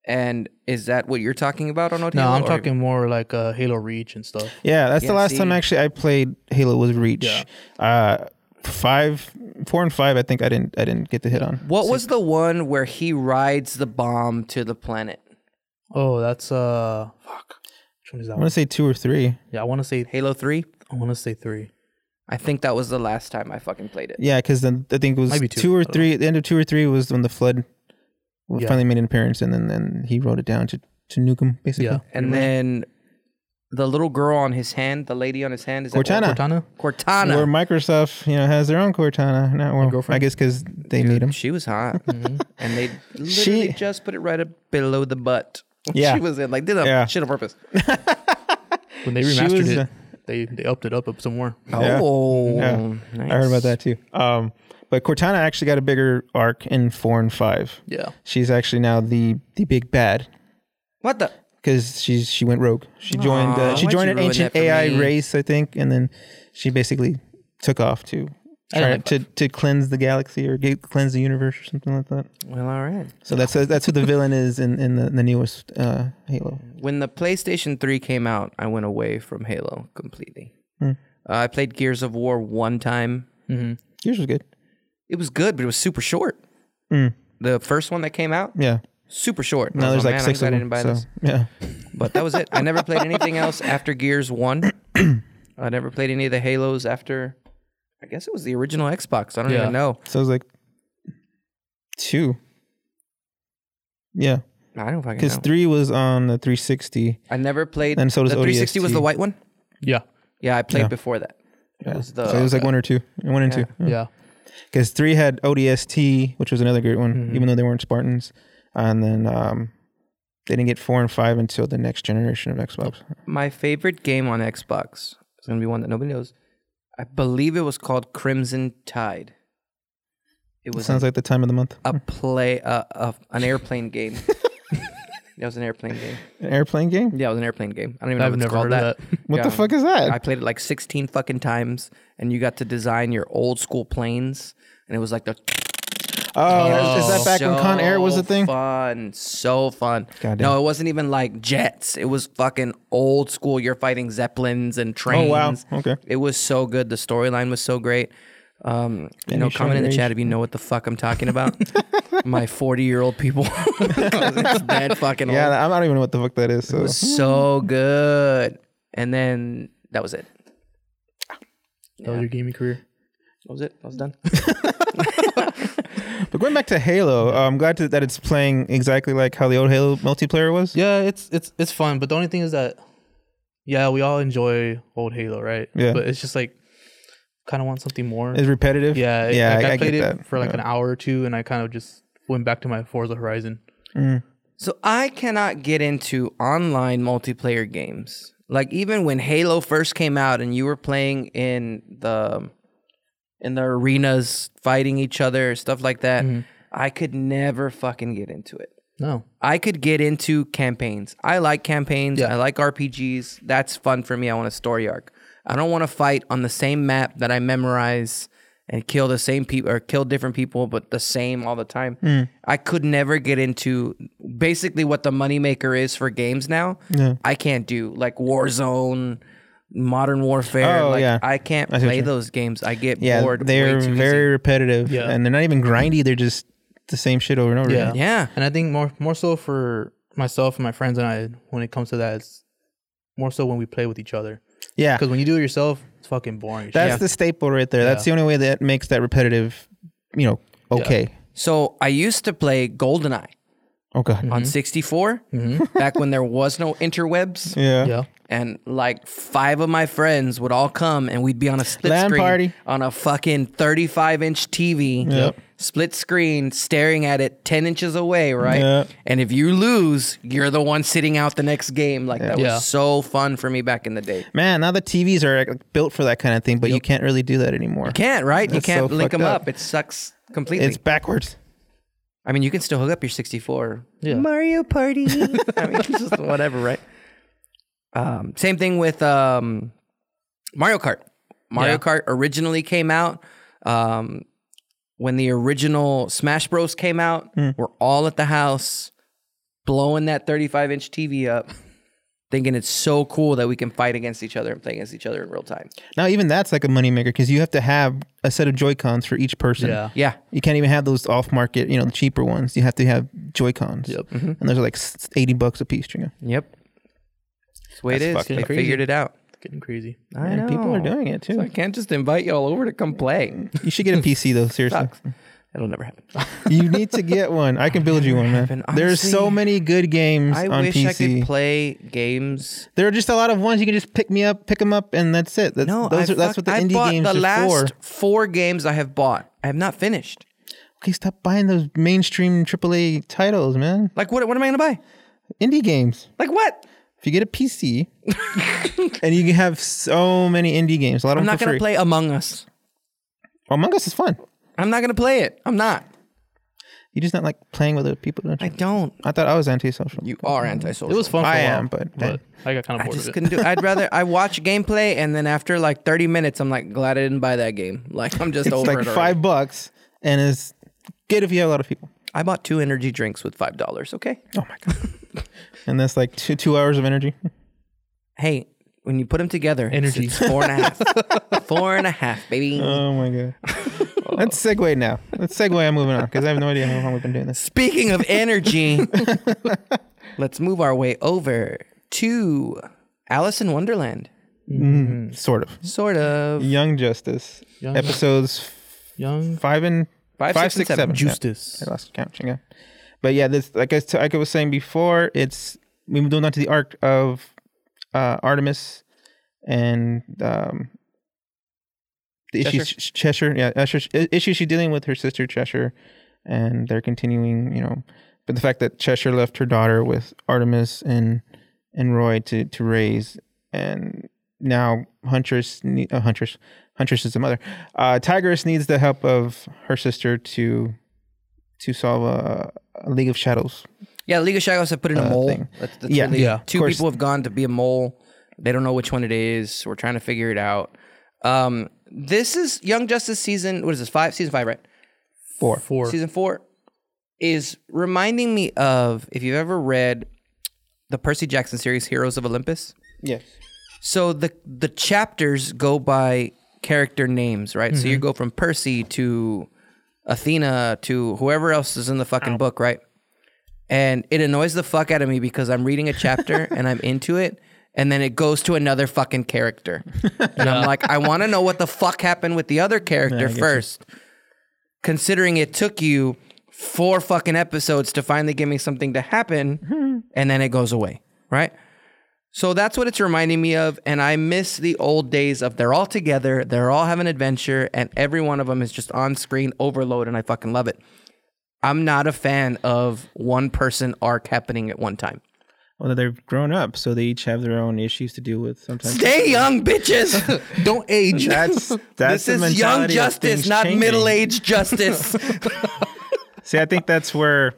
And is that what you're talking about on old No, Halo? I'm or- talking more like uh, Halo Reach and stuff. yeah. That's the Yeah, last time see. actually I played Halo was Reach. Yeah. Uh, five, four, and five. I think I didn't I didn't get to hit on. What was the one where he rides the bomb to the planet? Oh, that's uh, fuck. Which one is that? I want One? to say two or three. Yeah, I want to say Halo Three. I want to say three. I think that was the last time I fucking played it. Yeah, because then I think it was Might be two, two, I or don't three. The end of two or three was when the flood Yeah. finally made an appearance, and then then he wrote it down to to nuke him basically. Yeah. And then the little girl on his hand, the lady on his hand, is that- Cortana. Cortana. Cortana. Where Microsoft, you know, has their own Cortana. Not well, I girlfriend? guess because they made him. She was hot, Mm-hmm. and they literally She- just put it right up below the butt. Yeah. she was in like did a Yeah. shit on purpose. When they She remastered was, it, uh, they they upped it up up some more. Yeah. Oh, Yeah. I heard about that too. Um, but Cortana actually got a bigger arc in four and five. Yeah. She's actually now the the big bad What the? because she's she went rogue. She joined Aw, uh, she why'd joined you an ruin ancient that for AI me? race, I think, and then she basically took off to try like to, to cleanse the galaxy or get, cleanse the universe or something like that. Well, all right. So that's uh, that's who the villain is in in the, the newest uh, Halo. When the PlayStation Three came out, I went away from Halo completely. Hmm. Uh, I played Gears of War one time. Mm-hmm. Yours was good. Mm, It was good, but it was super short. The first one that came out, Yeah. super short. I Now was there's like like, Oh, "Man, I'm six of glad I them. didn't buy so, this." Yeah. But that was it. I never played anything else after Gears 1. I never played any of the Halos after, I guess it was the original Xbox. I don't Yeah. even know. So it was like two. Yeah, I don't fucking because know. three was on the 360. I never played. And so does the 360 was ODST. the white one? Yeah. Yeah, I played Yeah. before that. It was the, so it was like one or two, one and two. Yeah. Because three had ODST, which was another great one, even though they weren't Spartans. And then um, they didn't get four and five until the next generation of Xbox. my favorite game on Xbox is going to be one that nobody knows. I believe it was called Crimson Tide. It was Sounds like the time of the month. a play, uh, uh, an airplane game. that was an airplane game. An airplane game? Yeah, it was an airplane game. I don't even know I've if it's never called heard of that. What Yeah. the fuck is that? I played it like 16 fucking times, and you got to design your old school planes, and it was like the. oh, is that back when Con Air was a the thing? Fun, so fun. Goddamn. No, it wasn't even like jets. It was fucking old school. You're fighting zeppelins and Oh trains. wow. Okay. It was so good. The storyline was so great. Um, you And know, you showed comment in the your chat age. if you know what the fuck I'm talking about. My 40 year old people. it's bad fucking old. Yeah, I don't even know what the fuck that is. So It was so good. And then that was it. That was your gaming career. That was it. I was done. But going back to Halo, uh, I'm glad to, that it's playing exactly like how the old Halo multiplayer was. Yeah, it's it's it's fun, but the only thing is that yeah, we all enjoy old Halo, right? Yeah. But it's just like kind of want something more. It's repetitive. yeah, it- yeah, like, I, I, I played get it that. for like yeah. an hour or two and I kind of just went back to my Forza Horizon. So I cannot get into online multiplayer games. Like even when Halo first came out and you were playing in the in the arenas fighting each other stuff like that, I could never fucking get into it. No. I could get into campaigns. I like campaigns. I like RPGs. That's fun for me. I want a story arc. I don't want to fight on the same map that I memorize and kill the same people or kill different people, but the same all the time. Mm. I could never get into basically what the moneymaker is for games now. I can't do like Warzone, Modern Warfare. Oh, like, yeah. I can't see what play you mean. those games. I get Yeah, bored. they're way too very easy. repetitive. Yeah. and they're not even grindy. They're just the same shit over and over. Yeah. again. yeah. And I think more more so for myself and my friends and I when it comes to that it's more so when we play with each other. yeah. Cuz when you do it yourself, it's fucking boring. That's Yeah. the staple right there. That's the only way that makes that repetitive, you know, okay. So I used to play GoldenEye. Oh god. Mm-hmm. on 64 back when there was no interwebs Mm-hmm. Yeah. yeah. and like five of my friends would all come, and we'd be on a split LAN screen party. on a fucking thirty-five inch TV, Yep. split screen, staring at it ten inches away, right? Yep. And if you lose, you're the one sitting out the next game. Like that was Yeah. so fun for me back in the day. Man, now the TVs are like, built for that kind of thing, but you can't really do that anymore. Can't right? That's you can't so fucked link them up. up. It sucks completely. It's backwards. I mean, you can still hook up your 64. Yeah. Mario Party. I mean, it's just whatever, right? Um, same thing with um, Mario Kart. Mario Yeah. Kart originally came out um, when the original Smash Bros came out. Hmm. We're all at the house blowing that 35 inch TV up, thinking it's so cool that we can fight against each other and play against each other in real time. Now even that's like a moneymaker because you have to have a set of Joy Cons for each person. Yeah. Yeah. You can't even have those off market, you know, the cheaper ones. You have to have Joy Cons. Yep. Mm-hmm. And those are like s- eighty bucks a piece, you know. Yep. That's the way That's it is. fucking They crazy. figured it out. Getting crazy. I And people are know. doing it too. So I can't just invite y'all over to come play. you should get a PC though, seriously. Sucks. That'll never happen. you need to get one. I can build you one, man. happened. There's so Honestly, many good games I on wish I PC. could play games. there are just a lot of ones you can just pick me up, pick them up, and that's it. That's, No, those I are, that's what fuck- the I indie bought games the are last for. four games I have bought. I have not finished. Okay, stop buying those mainstream AAA titles, man. Like what? What am I gonna buy? Indie games. Like what? If you get a PC, and you can have so many indie games, a lot of I'm them not for gonna free. play Among Us. Among Us is fun. I'm not gonna play it. I'm not. You just not like playing with other people, don't I you? don't. I, thought I was antisocial. You are antisocial. It was fun. For I a while, am, but- eh. I got kind I of bored just of it. couldn't do. I'd rather I watch gameplay and then after like 30 minutes, I'm like glad I didn't buy that game. Like I'm just it's over like it. already. five bucks, and it's good if you have a lot of people. I bought two energy drinks with five dollars. Okay. Oh my god! and that's like two two hours of energy. Hey, when you put them together, Energy. it's, it's four and a half. four and a half, baby. Oh my god! Let's segue now. Let's segue. I'm moving on because I have no idea how long we've been doing this. Speaking of energy, let's move our way over to Alice in Wonderland. Sort of. Sort of. Young Justice Mm-hmm. Young- episodes Young five and Five, six, and seven. yeah. Justice. I lost count. Yeah. But yeah, this like I, like I was saying before, it's we moved on to the arc of uh, Artemis and um, the issues Cheshire, yeah, uh, Cheshire, issues she's dealing with her sister Cheshire, and they're continuing, you know, but the fact that Cheshire left her daughter with Artemis and and Roy to to raise, and now Huntress, ne- uh, Huntress, Huntress is the mother. Uh, Tigress needs the help of her sister to to solve a, a League of Shadows. Yeah, League of Shadows have put in a mole. thing. That's, that's Yeah. really- Yeah, of Two course. people have gone to be a mole. They don't know which one it is. We're trying to figure it out. Um, this is Young Justice season. What is this? Five season five, right? Four. Four. Season four is reminding me of if you've ever read the Percy Jackson series, Heroes of Olympus. Yes. So the the chapters go by character names, right? So you go from Percy to Athena to whoever else is in the fucking book, right? And it annoys the fuck out of me because I'm reading a chapter and I'm into it and then it goes to another fucking character. And I'm like, I want to know what the fuck happened with the other character first. Considering it took you four fucking episodes to finally give me something to happen and then it goes away, right? So that's what it's reminding me of. And I miss the old days of they're all together, they're all having adventure, and every one of them is just on screen overload, and I fucking love it. I'm not a fan of one person arc happening at one time. Well, they've grown up, so they each have their own issues to deal with. Sometimes Stay young, bitches. Don't age. That's that's this the is young mentality of justice, things not changing. middle aged justice. See, I think that's where.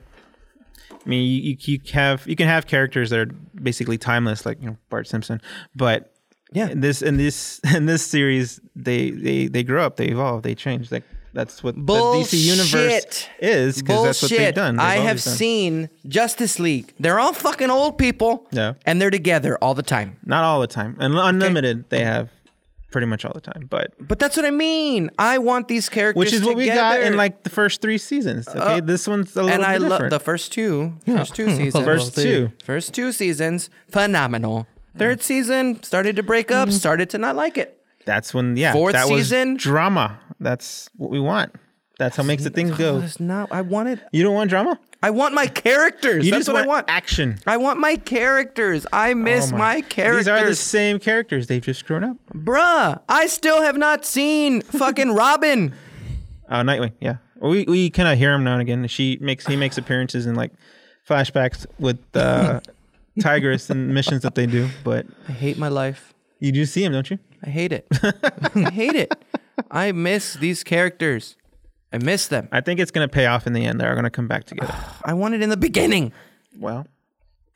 I mean, you, you you have you can have characters that are basically timeless, like you know Bart Simpson, but Yeah. in this in this in this series, they they they grow up, they evolve, they change. Like that's what the DC universe Bullshit. is because that's what they've Bullshit. done. They've I have always done. seen Justice League. They're all fucking old people. Yeah. And they're together all the time. not all the time, and unlimited they have pretty much all the time, but But that's what I mean. I want these characters which is what we got in together. Uh, like the first three seasons. Okay, this one's a little and bit I love different. the first two, first two seasons, first two. First two seasons, phenomenal. Third season started to break Mm-hmm. up, started to not like it. That's when yeah, Fourth that season? was drama. That's what we want. That's how makes the things go. It's not. I want it. You don't want drama. I want my characters. You That's just want what I want. action. I want my characters. I miss Oh my. These are the characters. same characters. They've just grown up. Bruh, I still have not seen fucking Robin. Uh, Nightwing. Yeah, we we kind of hear him now and again. She makes he makes appearances in like flashbacks with uh, Tigress and missions that they do. But I hate my life. you do see him, don't you? I hate it. I hate it. I miss these characters. I miss them. I think it's gonna pay off in the end. They are gonna come back together. I want it in the beginning. well,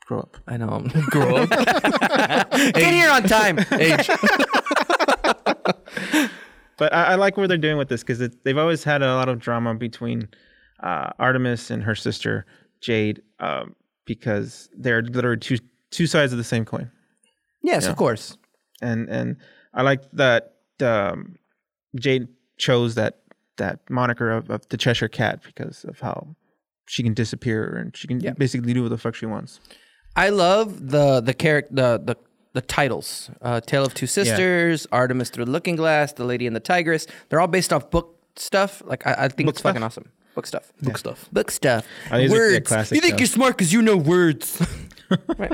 grow up. I know. Grow up. Get here on time. Age. But I, I like where they're doing with this because they've always had a lot of drama between uh, Artemis and her sister Jade um, because they're literally two two sides of the same coin. Yes, of course. And and I like that um, Jade chose that that moniker of, of the Cheshire Cat because of how she can disappear and she can basically do what the fuck she wants. I love the the character the the the titles. Uh, Tale of Two Sisters, Artemis Through the Looking Glass, The Lady and the Tigress. They're all based off book stuff. Like I, I think it's fucking awesome. Book stuff. Book stuff. Book stuff. Oh, these are- yeah, words. classic you think stuff. you're smart because you know words. right.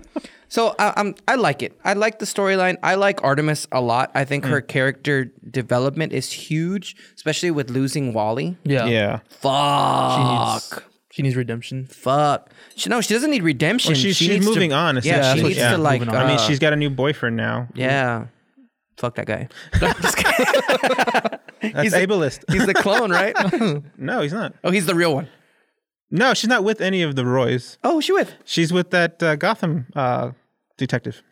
So I, I'm I like it. I like the storyline. I like Artemis a lot. I think her character development is huge, especially with losing Wally. Yeah. Yeah, Fuck. She needs, she needs redemption. Fuck. She, no, she doesn't need redemption. she's, she she's needs to- moving on. Yeah, she essentially. needs to like. I mean, uh, she's got a new boyfriend now. Yeah. Fuck that guy. That's ableist. He's the clone, right? no, he's not. oh, he's the real one. No, she's not with any of the Roys. Oh, she with. She's with that uh, Gotham uh, detective,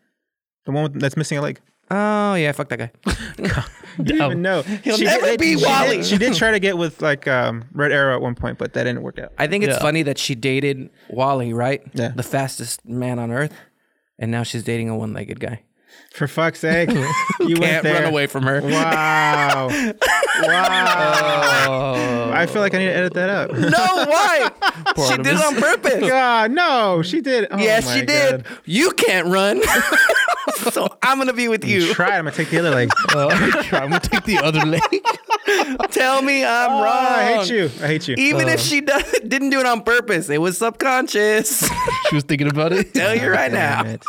the one with, that's missing a leg. Oh yeah, fuck that guy. You didn't even know. He'll never be she Wally. Did, she did try to get with like um, Red Arrow at one point, but that didn't work out. I think it's Yeah. funny that she dated Wally, right? Yeah. The fastest man on earth, and now she's dating a one-legged guy. For fuck's sake, you went Can't there. run away from her. Wow, wow. Oh. I feel like I need to edit that out. No, why? she did it on purpose. God, no, she did. Oh, yes, my she did. God. You can't run, so I'm gonna be with you. Try it. I'm gonna take the other leg. Uh, I'm gonna take the other leg. Tell me I'm wrong. Oh, I hate you. I hate you. Even if she does, didn't do it on purpose, it was subconscious. She was thinking about it. Tell you right now. Damn it.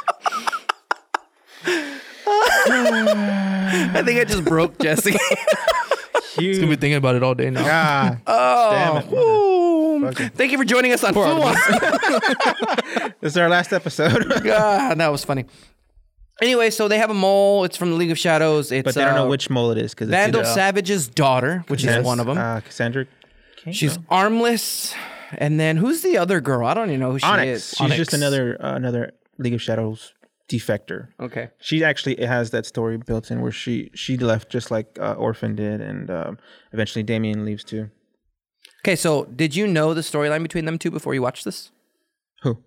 I think I just broke Jesse. She's You been thinking about it all day now. God. Uh, Damn it. Ooh. Oh, Thank you for joining us on Full This is our last episode. God, Ah, that was funny. Anyway, so they have a mole. It's from the League of Shadows. It's but they don't uh, know which mole it is because Vandal Savage's daughter, which is one of them. Uh, Cassandra She's armless. And then who's the other girl? I don't even know who she Onyx. is. She's just another uh, another League of Shadows defector. Okay. She actually has that story built in where she she left just like uh, Orphan did, and um, eventually Damien leaves too. Okay, so did you know the storyline between them two before you watched this? Who?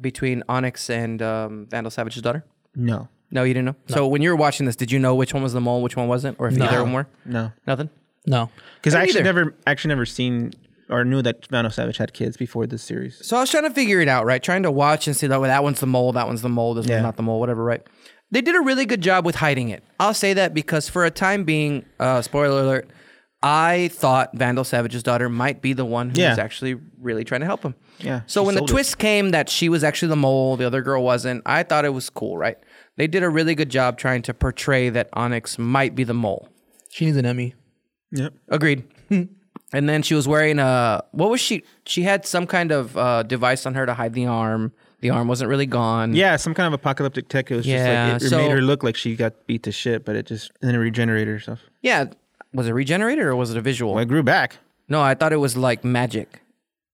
Between Onyx and um, Vandal Savage's daughter? No, No, you didn't know? So when you were watching this, did you know which one was the mole, which one wasn't? Or if either of them were? no, Nothing? No. because I actually either. never actually never seen or knew that Vandal Savage had kids before this series. So I was trying to figure it out, right? Trying to watch and see that well, that one's the mole, that one's the mole, this one's not the mole, whatever, right? They did a really good job with hiding it. I'll say that because for a time being, uh, spoiler alert, I thought Vandal Savage's daughter might be the one who Yeah. was actually really trying to help him. Yeah, So she when the sold it. twist came that she was actually the mole, the other girl wasn't, I thought it was cool, right? They did a really good job trying to portray that Onyx might be the mole. She needs an Emmy. Yep. Agreed. and then she was wearing a what was she? She had some kind of uh, device on her to hide the arm. The arm wasn't really gone. Yeah, some kind of apocalyptic tech. It was Yeah, just like it, it so- made her look like she got beat to shit, but it just and then it regenerated herself. yeah. Was it regenerated or was it a visual? Well, it grew back. No, I thought it was like magic.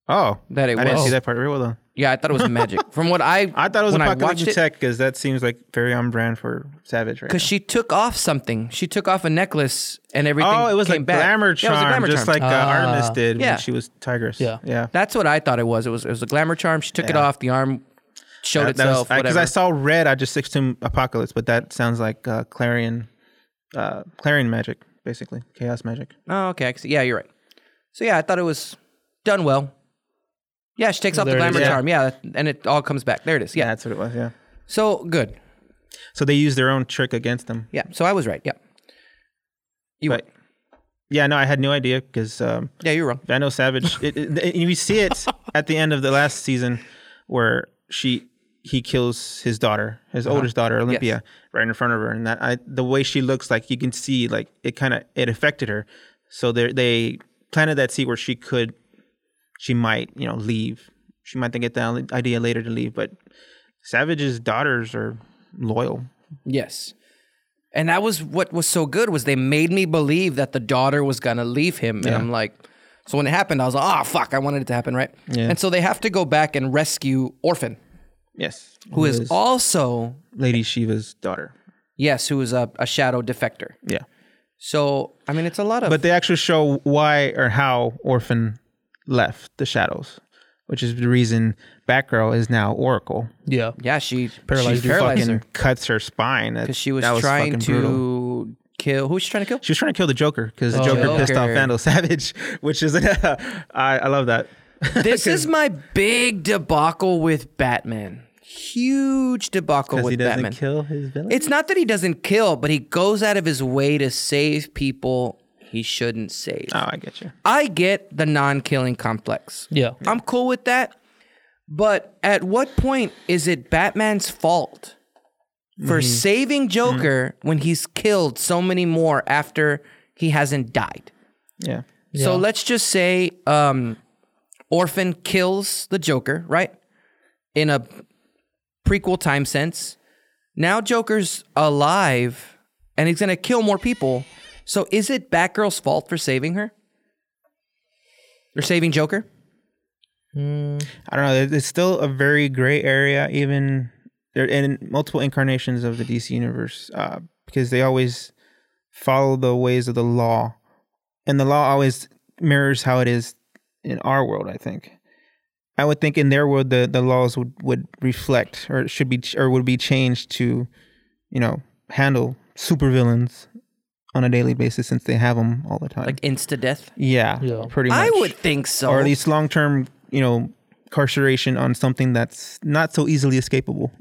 Oh, That it I didn't was. see that part. Real well, though. Yeah, I thought it was magic. From what I I thought it was when I watched apocalyptic it, tech because that seems like very on brand for Savage, right? because she took off something. She took off a necklace and everything. now. oh, it was came like back. glamour Yeah, it charm, was a glamour just charm. like uh, Artemis did Yeah. when she was Tigress. Yeah. yeah. that's what I thought it was. It was it was a glamour charm. She took it Yeah. off. The arm showed That- that was- itself. I- whatever. I saw red, I just assumed apocalypse, but that sounds like uh, clarion, uh, clarion magic, basically chaos magic. Oh, okay. I see. Yeah, you're right. So yeah, I thought it was done well. Yeah, she takes off the There it is. glamour Yeah. charm. Yeah, and it all comes back. There it is. Yeah. that's what it was. Yeah. So good. So they used their own trick against them. Yeah. So I was right. Yeah. You But yeah, no, I had no idea because um, Yeah, you're wrong. Vando Savage. It, it, it- you see it at the end of the last season where she he kills his daughter, his oldest daughter, Olympia, right in front of her, and that I the way she looks like you can see like it kind of it affected her. So they they planted that seed where she could, she might you know leave. She might then get the idea later to leave, but Savage's daughters are loyal. Yes. And that was what was so good was they made me believe that the daughter was gonna leave him. And I'm like, so when it happened, I was like, oh fuck, I wanted it to happen, right? Yeah. And so they have to go back and rescue Orphan, Yes, who is also Lady Shiva's daughter? yes, who is a, a shadow defector. Yeah. So I mean it's a lot of But they actually show why or how Orphan left the shadows, which is the reason Batgirl is now Oracle. Yeah. yeah, she Paralyzed she her. paralyzed Fucking her cuts her spine. That, because she was, that trying fucking to brutal. kill who was she trying to kill? She was trying to kill the Joker because the Joker, pissed off Joker. Vandal Savage, which is I, I love that. This is my big debacle with Batman. Huge debacle Because with he doesn't Batman. kill his villain. It's not that he doesn't kill, but he goes out of his way to save people he shouldn't save. oh, I get you. I get the non killing complex. Yeah. I'm cool with that. But at what point is it Batman's fault for Mm-hmm. saving Joker when he's killed so many more after he hasn't died? Yeah. So Yeah. let's just say um, Orphan kills the Joker, right? In a prequel time sense. Now Joker's alive and he's going to kill more people. So is it Batgirl's fault for saving her? Or saving Joker? Mm, I don't know. it- It's still a very gray area, even there and in multiple incarnations of the DC universe, uh, because they always follow the ways of the law, and the law always mirrors how it is in our world. I think. I would think in their world the, the laws would, would reflect or should be ch- or would be changed to, you know, handle supervillains on a daily basis since they have them all the time. Like insta death? yeah, Yeah. pretty much I would think so. or at least long term, you know, incarceration on something that's not so easily escapable.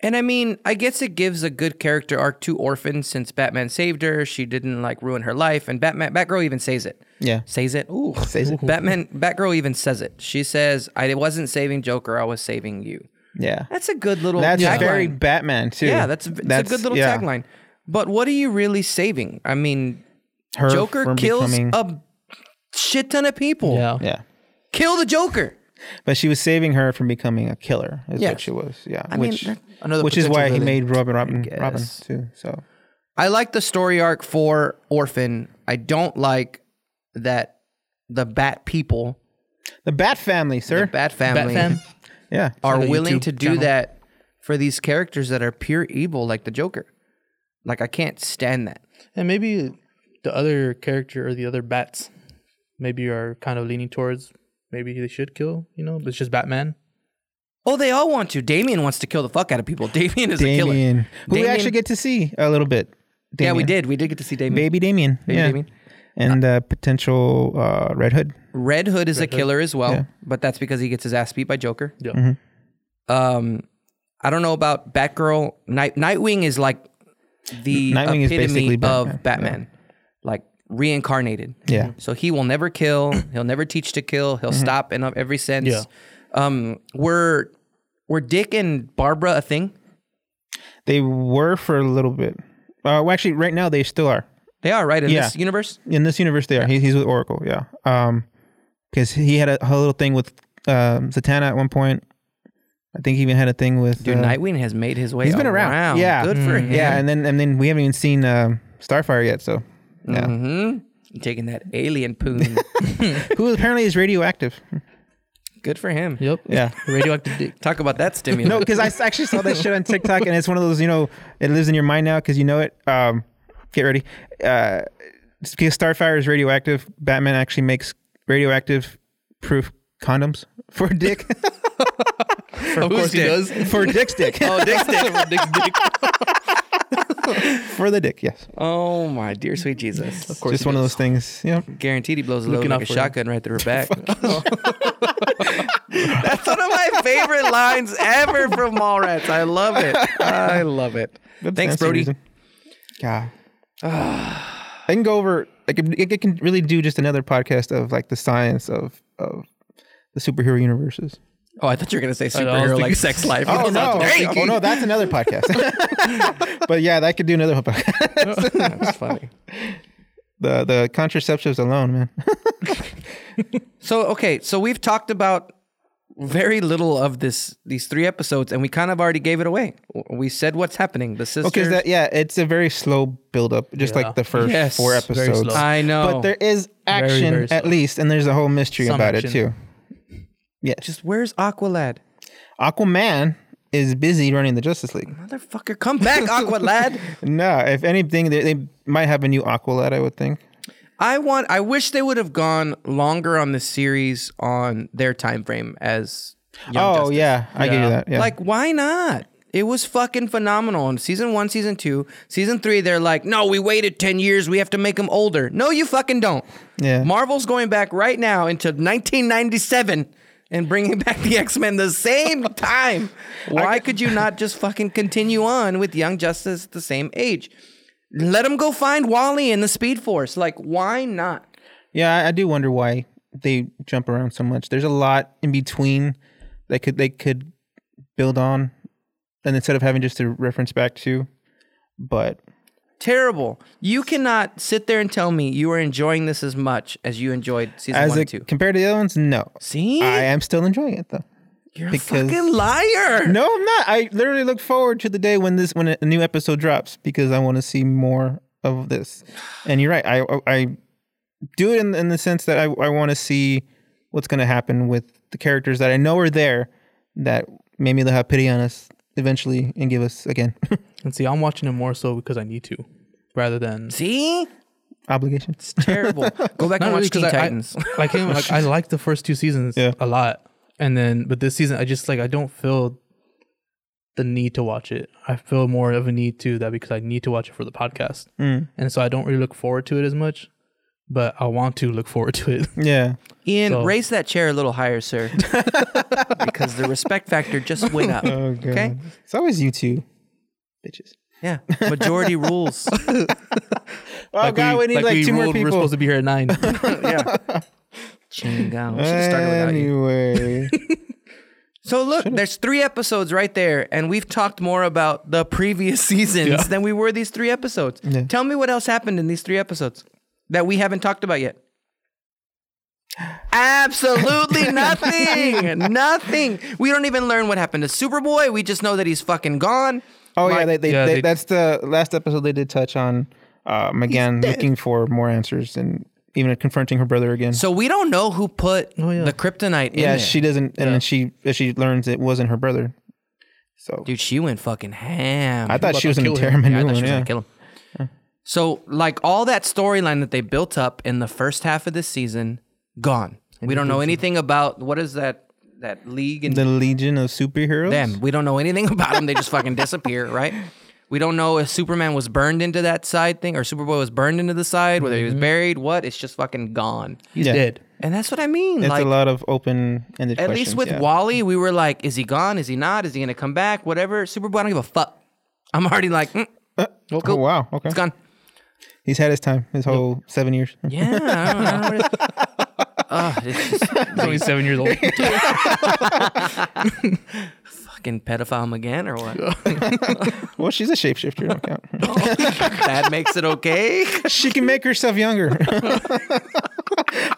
And I mean, I guess it gives a good character arc to Orphan since Batman saved her. She didn't like ruin her life, and Batman Batgirl even says it. Yeah. Says it. Ooh. Says it. Batman Batgirl even says it. She says, "I wasn't saving Joker. I was saving you." Yeah. That's a good little. That's tagline. very Batman too. Yeah, that's, that's, a good little yeah. tagline. But what are you really saving? I mean, Her Joker from kills becoming- a shit ton of people. Yeah. Yeah. Kill the Joker. But she was saving her from becoming a killer, is Yes. what she was. Yeah. I mean, which that- Another which is potential why he villain. made Robin Robin guess. Robin too. So I like the story arc for Orphan. I don't like that the Bat people, the Bat family, sir. the Bat family, Batman. yeah. are Like a willing YouTube to do channel. that for these characters that are pure evil, like the Joker. Like I can't stand that. And maybe the other character or the other bats maybe are kind of leaning towards maybe they should kill, you know, but it's just Batman. Oh, they all want to. Damien wants to kill the fuck out of people. Damien is a killer. Damien. Who we Damien- actually get to see a little bit. Yeah, we Damien. did. We did get to see Damien. Baby Damien. yeah. Damien. And uh, potential uh, Red Hood. Red Hood is a killer as well, but that's because he gets his ass beat by Joker. Yeah. Mm-hmm. Um, I don't know about Batgirl. Night Nightwing is like the Nightwing is epitome basically Batman, of Batman, like reincarnated. Yeah. Mm-hmm. So he will never kill. He'll never teach to kill. He'll stop in every sense. Yeah. Um, were were Dick and Barbara a thing? They were for a little bit. Uh, well, actually, right now they still are They are right in Yeah. this universe. in this universe. They are. He, he's with Oracle. Yeah. Um, because he had a, a little thing with um, Zatanna at one point. I think he even had a thing with. Dude, uh, Nightwing has made his way. He's been around. Yeah. Mm-hmm. Good for him. Yeah, and then and then we haven't even seen um Starfire yet. So yeah, hmm Taking that alien poon. who apparently is radioactive. Good for him. Yep. Yeah. Radioactive dick. Talk about that stimulus. No, because I s- actually saw that shit on TikTok, and it's one of those you know it lives in your mind now because you know it. Um, get ready. Uh, it's because Starfire is radioactive, Batman actually makes radioactive proof condoms for Dick of course he dick? does. for Dick's dick Oh, Dick's dick. Dick's dick. for the dick. Yes, Oh my dear sweet Jesus! course just he one of those things. Yeah, Guaranteed he blows a load Looking like out a for shotgun right through her back. That's one of my favorite lines ever from Mallrats. I love it. I love it. Thanks, That's the Brody. reason. God. I can go over like it, it can really do just another podcast of like the science of of the superhero universes. Oh, I thought you were gonna say know, I was superhero like thinking- sex life. Oh I no! was like, Oh no! That's another podcast. but yeah, that could do another podcast. That's funny. The the contraceptives alone, man. So okay, so we've talked about very little of this these three episodes, and we kind of already gave it away. We said what's happening. The sisters. Because that yeah, it's a very slow build up, just Yeah. like the first Yes, four very episodes. slow. I know. But there is action very at slow. least, and there's a whole mystery Some about it action. too. Yes, just where's Aqualad? Aquaman is busy running the Justice League. Motherfucker, come back, Aqualad. No, if anything, they, they might have a new Aqualad. I would think. I want. I wish they would have gone longer on the series on their time frame as. Young oh Justice. yeah, I give Yeah. you that. Yeah. Like, why not? It was fucking phenomenal. In season one, season two, season three, they're like, no, we waited 10 years. We have to make them older. No, you fucking don't. Yeah. Marvel's going back right now into 1997 and bringing back the X Men the same time. Why could you not just fucking continue on with Young Justice at the same age? Let them go find Wally in the Speed Force. Like, why not? Yeah, I, I do wonder why they jump around so much. There's a lot in between that could they could build on, and instead of having just to reference back to, but Terrible. You cannot sit there and tell me you are enjoying this as much as you enjoyed season as one a, and two. compared to the other ones, no. See? I am still enjoying it though. You're because- a fucking liar. No, I'm not. I literally look forward to the day when this when a new episode drops because I want to see more of this. And you're right. I I do it in in the sense that I I want to see what's going to happen with the characters that I know are there that maybe they'll have pity on us eventually and give us again And see, I'm watching it more so because I need to, rather than See? obligation. It's terrible. Go back and watch Teen I, Titans. I, like him, like I like the first two seasons Yeah. a lot, and then but this season I just like I don't feel the need to watch it. I feel more of a need to that because I need to watch it for the podcast, and so I don't really look forward to it as much. But I want to look forward to it. Yeah. Ian, So- raise that chair a little higher, sir, because the respect factor just went up. Oh. Okay. It's always you two, bitches. Yeah. Majority rules. Oh God, we, need like, we two more ruled We're people. supposed to be here at nine. yeah. Chinga. We should have started without you. Anyway, So look, there's three episodes right there, and we've talked more about the previous seasons Yeah. than we were these three episodes. Yeah. Tell me what else happened in these three episodes that we haven't talked about yet. Absolutely nothing. nothing. We don't even learn what happened to Superboy. We just know that he's fucking gone. oh yeah, Like- they, they, Yeah, they, they- that's the last episode they did touch on. Um, again, looking for more answers and even confronting her brother again. So we don't know who put yeah. the kryptonite in Oh, yeah, there. she doesn't, and then she she learns it wasn't her brother. So Dude, she went fucking ham. I thought about she was to gonna kill tear him. him a Yeah, I new thought one. she was Yeah. gonna kill him. So, like all that storyline that they built up in the first half of this season, gone. We don't know anything about what is that that league and The Legion of Superheroes. them. We don't know anything about them. They just fucking disappear, right? We don't know if Superman was burned into that side thing or Superboy was burned into the side, whether he Mm-hmm. was buried, what. It's just fucking gone. He's Yeah. dead. And that's what I mean. It's like a lot of open-ended. at questions, least with yeah. Wally, we were like, is he gone? Is he not? Is he gonna come back? Whatever. Superboy, I don't give a fuck. I'm already like, mm, Oh wow, okay. it's gone. He's had his time. His whole seven years. Yeah. I don't, I don't really- Ugh, it's just He's only seven years old. fucking pedophile him again or what? Well, she's a shapeshifter. Don't count. that makes it okay. she can make herself younger.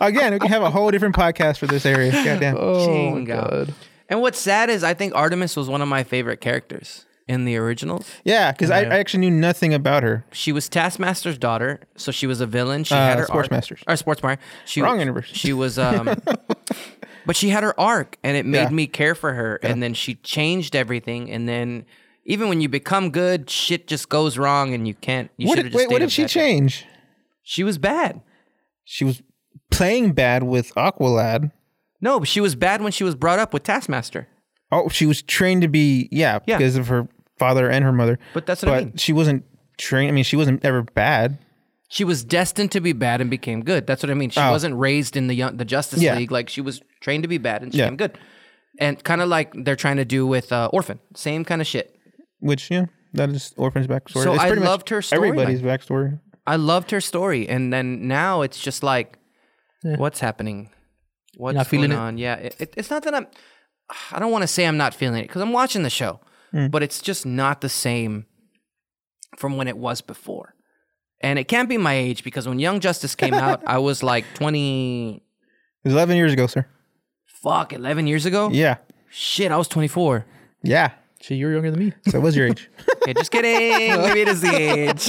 Again, we can have a whole different podcast for this area. Goddamn. oh my Chinga. god. And what's sad is I think Artemis was one of my favorite characters in the originals. Yeah, because I, I actually knew nothing about her. She was Taskmaster's daughter, so she was a villain. She Uh, had her Sportsmaster's. arc. Or Sportsmaster. She, Wrong universe. She was um but she had her arc and it made Yeah. me care for her and then she changed everything and then even when you become good, shit just goes wrong and you can't you What should did, have just wait, what stayed did she upset there. change? She was bad. She was playing bad with Aqualad. No, but she was bad when she was brought up with Taskmaster. Oh, she was trained to be yeah, Yeah. because of her father and her mother. But that's what I But mean. She wasn't trained. I mean, she wasn't ever bad. She was destined to be bad and became good. That's what I mean. She wasn't raised in the young, the Justice Oh. Yeah. League. Like she was trained to be bad and she Yeah. became good. And kind of like they're trying to do with uh, Orphan, same kind of shit. Which yeah, that is Orphan's backstory. So it's I pretty much loved her storyline. Everybody's backstory. I loved her story, and then now it's just like, what's happening? What's not feeling going it? on? Yeah, it, it, it's not that I'm. I don't want to say I'm not feeling it because I'm watching the show, Mm. but it's just not the same from when it was before. And it can't be my age because when Young Justice came out, I was like 20, was 11 years ago, sir. fuck, 11 years ago. Yeah. Shit, I was 24. Yeah. Shit, you're younger than me. So it was your age. Hey, just kidding. Maybe it is the age.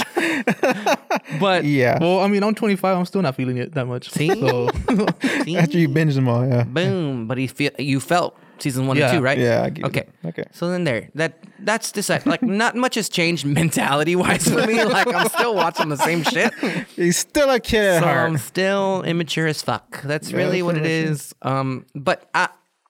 but yeah. Well, I mean, I'm 25. I'm still not feeling it that much. See? So, After you binge them all, yeah. boom. But he feel you felt season one Yeah. and two, right? Yeah. I get it. Okay. Okay. So then there, that that's this like not much has changed mentality wise for me. Like I'm still watching the same shit. He's still a kid at So I'm heart. still immature as fuck. That's that's really what it what it is. Um, but I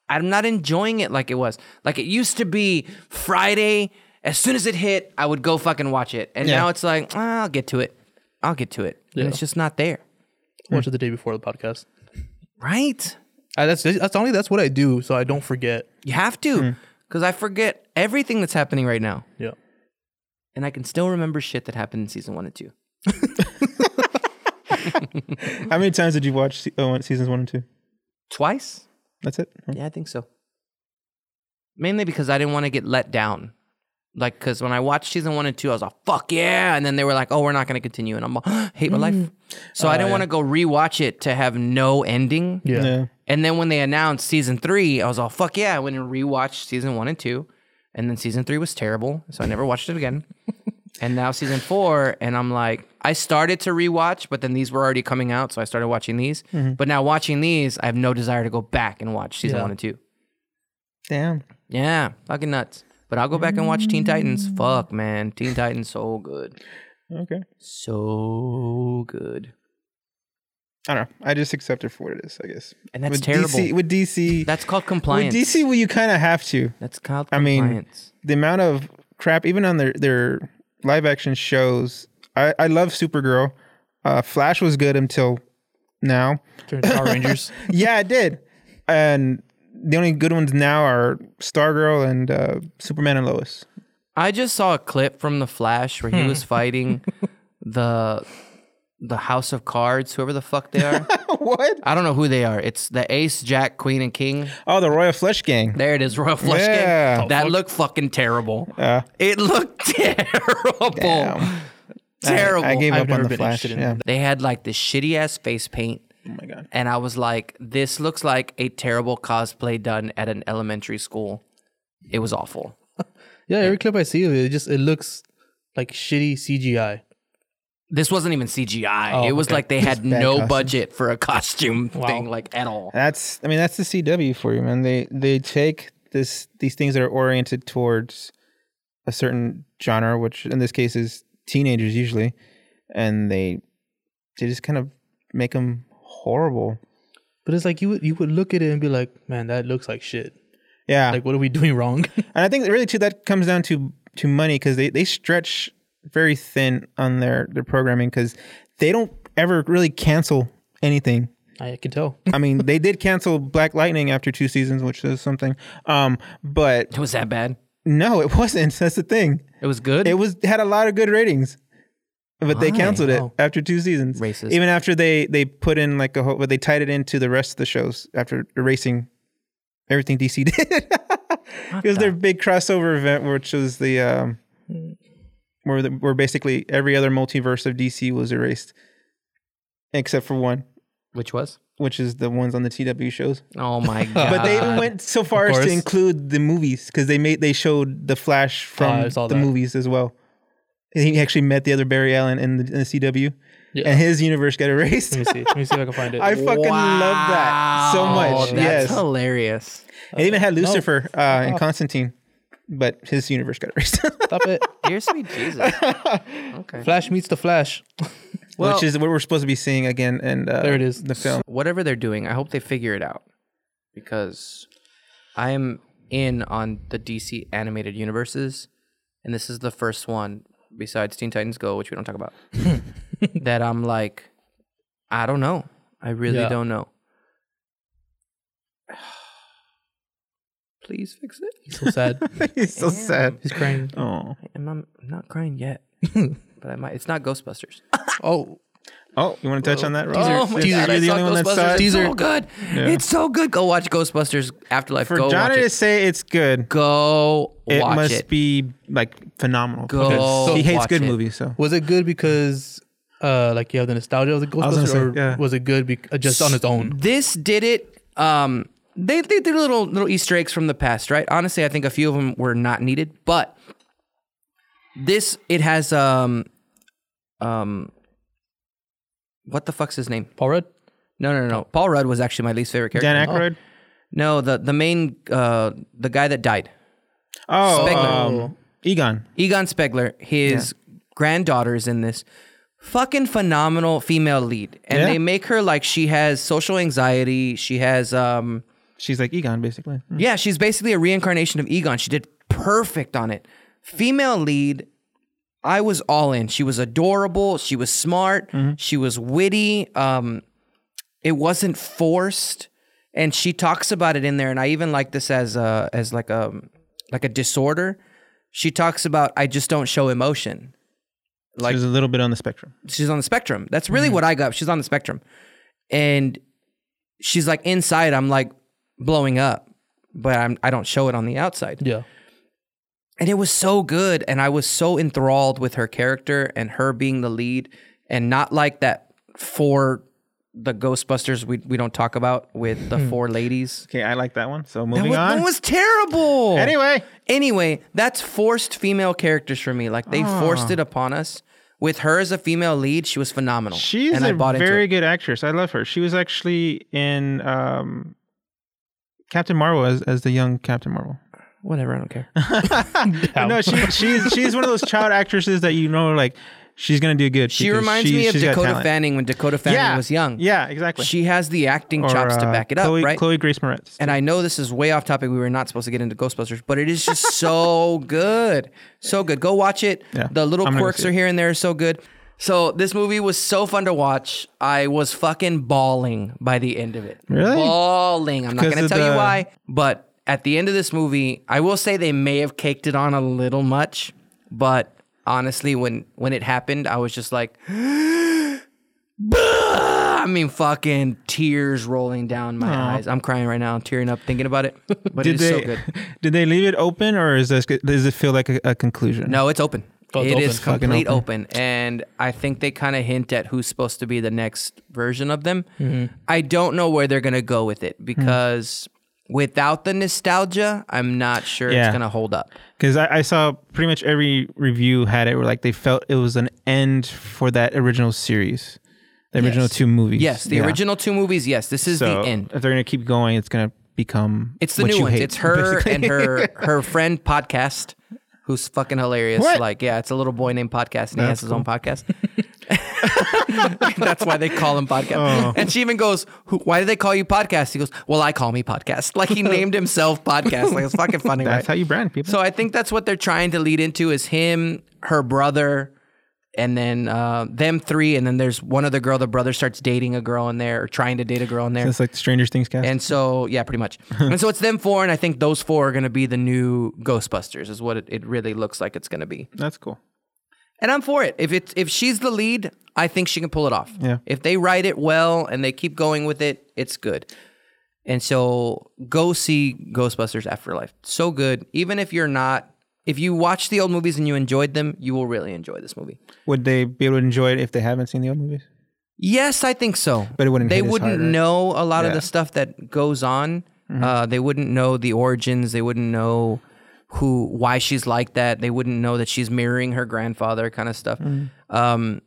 I'm not enjoying it like it was. Like it used to be Friday. As soon as it hit, I would go fucking watch it. And Yeah. now it's like "Ah, I'll get to it. I'll get to it. And it's just not there, watch it the day before the podcast. right? I, that's that's only that's what I do, so I don't forget. You have Hmm. to, because I forget everything that's happening right now. Yeah. and I can still remember shit that happened in season one and two. How many times did you watch se- oh, seasons one and two? Twice? That's it? Yeah, I think so. Mainly because I didn't want to get let down. Like, because when I watched season one and two, I was like, fuck yeah. And then they were like, oh, we're not going to continue. And I'm like, hate my life. So I didn't want to go rewatch it to have no ending. Yeah. Yeah. And then when they announced season three, I was all fuck yeah. I went and rewatched season one and two. And then season three was terrible. So I never watched it again. and now season four, and I'm like, I started to rewatch, but then these were already coming out. So I started watching these. Mm-hmm. But now watching these, I have no desire to go back and watch season Yeah. one and two. Damn. Yeah, fucking nuts. But I'll go back and watch Teen Titans. Mm. Fuck, man. Teen Titans, so good. Okay. So good. I don't know. I just accept it for what it is, I guess. And that's with DC, terrible. with DC, That's called with compliance. DC, well, you kind of have to. That's called I mean, compliance. The amount of crap, even on their their live action shows. I I love Supergirl. Uh, Flash was good until now. Turn to Power Rangers. yeah, it did. And the only good ones now are Stargirl and uh, Superman and Lois. I just saw a clip from The Flash where he was fighting the the House of Cards, whoever the fuck they are. what? I don't know who they are. It's the Ace, Jack, Queen, and King. Oh, the Royal Flush Gang. There it is, Royal Flush King. Yeah. That looked fucking terrible. Yeah. It looked terrible. Damn. Terrible. I, I gave I've up never on the been Flash. interested in Yeah. they had like this shitty ass face paint. Oh my god. And I was like, this looks like a terrible cosplay done at an elementary school. It was awful. yeah. Every clip I see of it, it just it looks like shitty CGI. This wasn't even CGI. Oh, it was okay. like they had bad no costumes. budget for a costume thing, like at all. That's I mean that's the CW for you, man. They they take this these things that are oriented towards a certain genre, which in this case is teenagers usually, and they they just kind of make them horrible. But it's like you would you would look at it and be like, man, that looks like shit. Yeah, Like, what are we doing wrong? and I think really too that comes down to to money because they they stretch very thin on their their programming because they don't ever really cancel anything. I can tell. I mean, they did cancel Black Lightning after two seasons, which is something. Um, but It was that bad. No, it wasn't. That's the thing. It was good. It was had a lot of good ratings, but they Why? canceled it Oh. after two seasons. Racist. Even after they they put in like a whole, but they tied it into the rest of the shows after erasing everything DC did. it was their big crossover event, which was the um, where the, where basically every other multiverse of DC was erased, except for one, Which was? which is the ones on the TW shows. Oh my god! But they even went so far as course. to include the movies because they made they showed the Flash from I saw the that. movies as well. And he actually met the other Barry Allen in the, in the CW, Yeah. and his universe got erased. Let me see. Let me see if I can find it. I fucking love that so Wow, much. That's yes, hilarious. it even had Lucifer uh, and Constantine, but his universe got erased, Stop it. Dear sweet Jesus. Okay. Flash meets the Flash. Well, which is what we're supposed to be seeing again. And uh, There it is. the film. whatever they're doing, I hope they figure it out because I'm in on the DC animated universes, and this is the first one besides Teen Titans Go, which we don't talk about, that I'm like, I don't know. I really Yeah. don't know. Please fix it. He's so sad. He's so sad. He's crying. Oh, I'm not, I'm not crying yet, but I might. It's not Ghostbusters. Oh, Oh, you want to touch on that? Rob? Oh my Since god! You're I the saw only one that Ghostbusters. saw it. It's These so are- good. It's so good. Go watch Ghostbusters Afterlife. For Go watch Johnny to it. say it's good, Go it watch must it. be like phenomenal. Go Because he hates watch good it. movies, so was it good because uh like you have the nostalgia of the was gonna Ghostbusters, say, or yeah. was it good bec- uh, just on its own? This did it. Um, they they did little little Easter eggs from the past, right? Honestly, I think a few of them were not needed, but this it has um um what the fuck's his name? Paul Rudd. No, no, no, no. Paul Rudd was actually my least favorite character. Oh. Dan Aykroyd. No, the the main uh the guy that died. Oh, Spengler. um, Egon. Egon Spegler, his granddaughter is in this fucking phenomenal female lead. And Yeah. they make her like she has social anxiety. She has um She's like Egon, basically. yeah, she's basically a reincarnation of Egon. She did perfect on it. Female lead, I was all in. She was adorable, she was smart, she was witty. Um it wasn't forced and she talks about it in there and i even like this as a as like a like a disorder she talks about i just don't show emotion Like- She's a little bit on the spectrum. she's on the spectrum that's really what i got she's on the spectrum and she's like inside i'm like blowing up but i'm i don't show it on the outside Yeah. and it was so good and i was so enthralled with her character and her being the lead and not like that for the ghostbusters we, we don't talk about with the four ladies Okay, I like that one. So that Hmm. moving was, on. that was terrible anyway, anyway that's forced female characters for me like Ah. they forced it upon us with her as a female lead she was phenomenal she's and I a bought very into it. good actress. I love her. She was actually in um, Captain Marvel as, as the young Captain Marvel. whatever i don't care Oh. No, she, she's she's one of those child actresses that you know, like she's gonna do good. she because reminds me of she's got dakota talent. fanning when dakota fanning yeah, was young Yeah, exactly. she has the acting Or, chops to uh, back it up Chloe, right Chloe Grace Moretz. and I know this is way off topic. We were not supposed to get into Ghostbusters, but it is just so good. So good. Go watch it. Yeah, the little I'm gonna go quirks see are it. here and there are so good. So this movie was so fun to watch. I was fucking bawling by the end of it. Really? Bawling. I'm not Because going to of tell you the- why, but at the end of this movie, I will say they may have caked it on a little much, but honestly when when it happened, I was just like I mean, fucking tears rolling down my eyes. I'm crying right now. I'm tearing up thinking about it. But did it is they so good. did they leave it open or is this does it feel like a, a conclusion? No, it's open. Oh, It is it's open. Fucking complete open. And I think they kind of hint at who's supposed to be the next version of them. Mm-hmm. I don't know where they're going to go with it because without the nostalgia, I'm not sure Yeah. it's going to hold up. because I, I saw pretty much every review had it where like they felt it was an end for that original series, the original Yes. two movies. Yes, the Yeah. original two movies, yes, this is So the end. If they're gonna keep going, it's gonna become It's the what new you ones. hate, It's her basically. and her her friend podcast, who's fucking hilarious. What? Like, yeah, it's a little boy named Podcast, and he has his own podcast. That's why they call him Podcast. Oh. And she even goes, Who, "Why do they call you Podcast?" He goes, "Well, I call me Podcast." Like he named himself Podcast. Like it's fucking funny, That's right? how you brand people. so I think that's what they're trying to lead into is him, her brother, and then uh, them three, and then there's one other girl. The brother starts dating a girl in there or trying to date a girl in there. it's like the Stranger Things cast. And so, yeah, pretty much. and so it's them four, and I think those four are going to be the new Ghostbusters, is what it, it really looks like it's going to be. That's cool. And I'm for it. If it's if she's the lead, I think she can pull it off. Yeah. If they write it well and they keep going with it, it's good. And so go see Ghostbusters Afterlife. So good. Even if you're not, if you watch the old movies and you enjoyed them, you will really enjoy this movie. Would they be able to enjoy it if they haven't seen the old movies? Yes, I think so. But it wouldn't They hit as wouldn't hard, right? know a lot of Yeah. Mm-hmm. the stuff that goes on. Uh, they wouldn't know the origins. They wouldn't know who, why she's like that. They wouldn't know that she's mirroring her grandfather, kind of stuff. Mm-hmm. Um,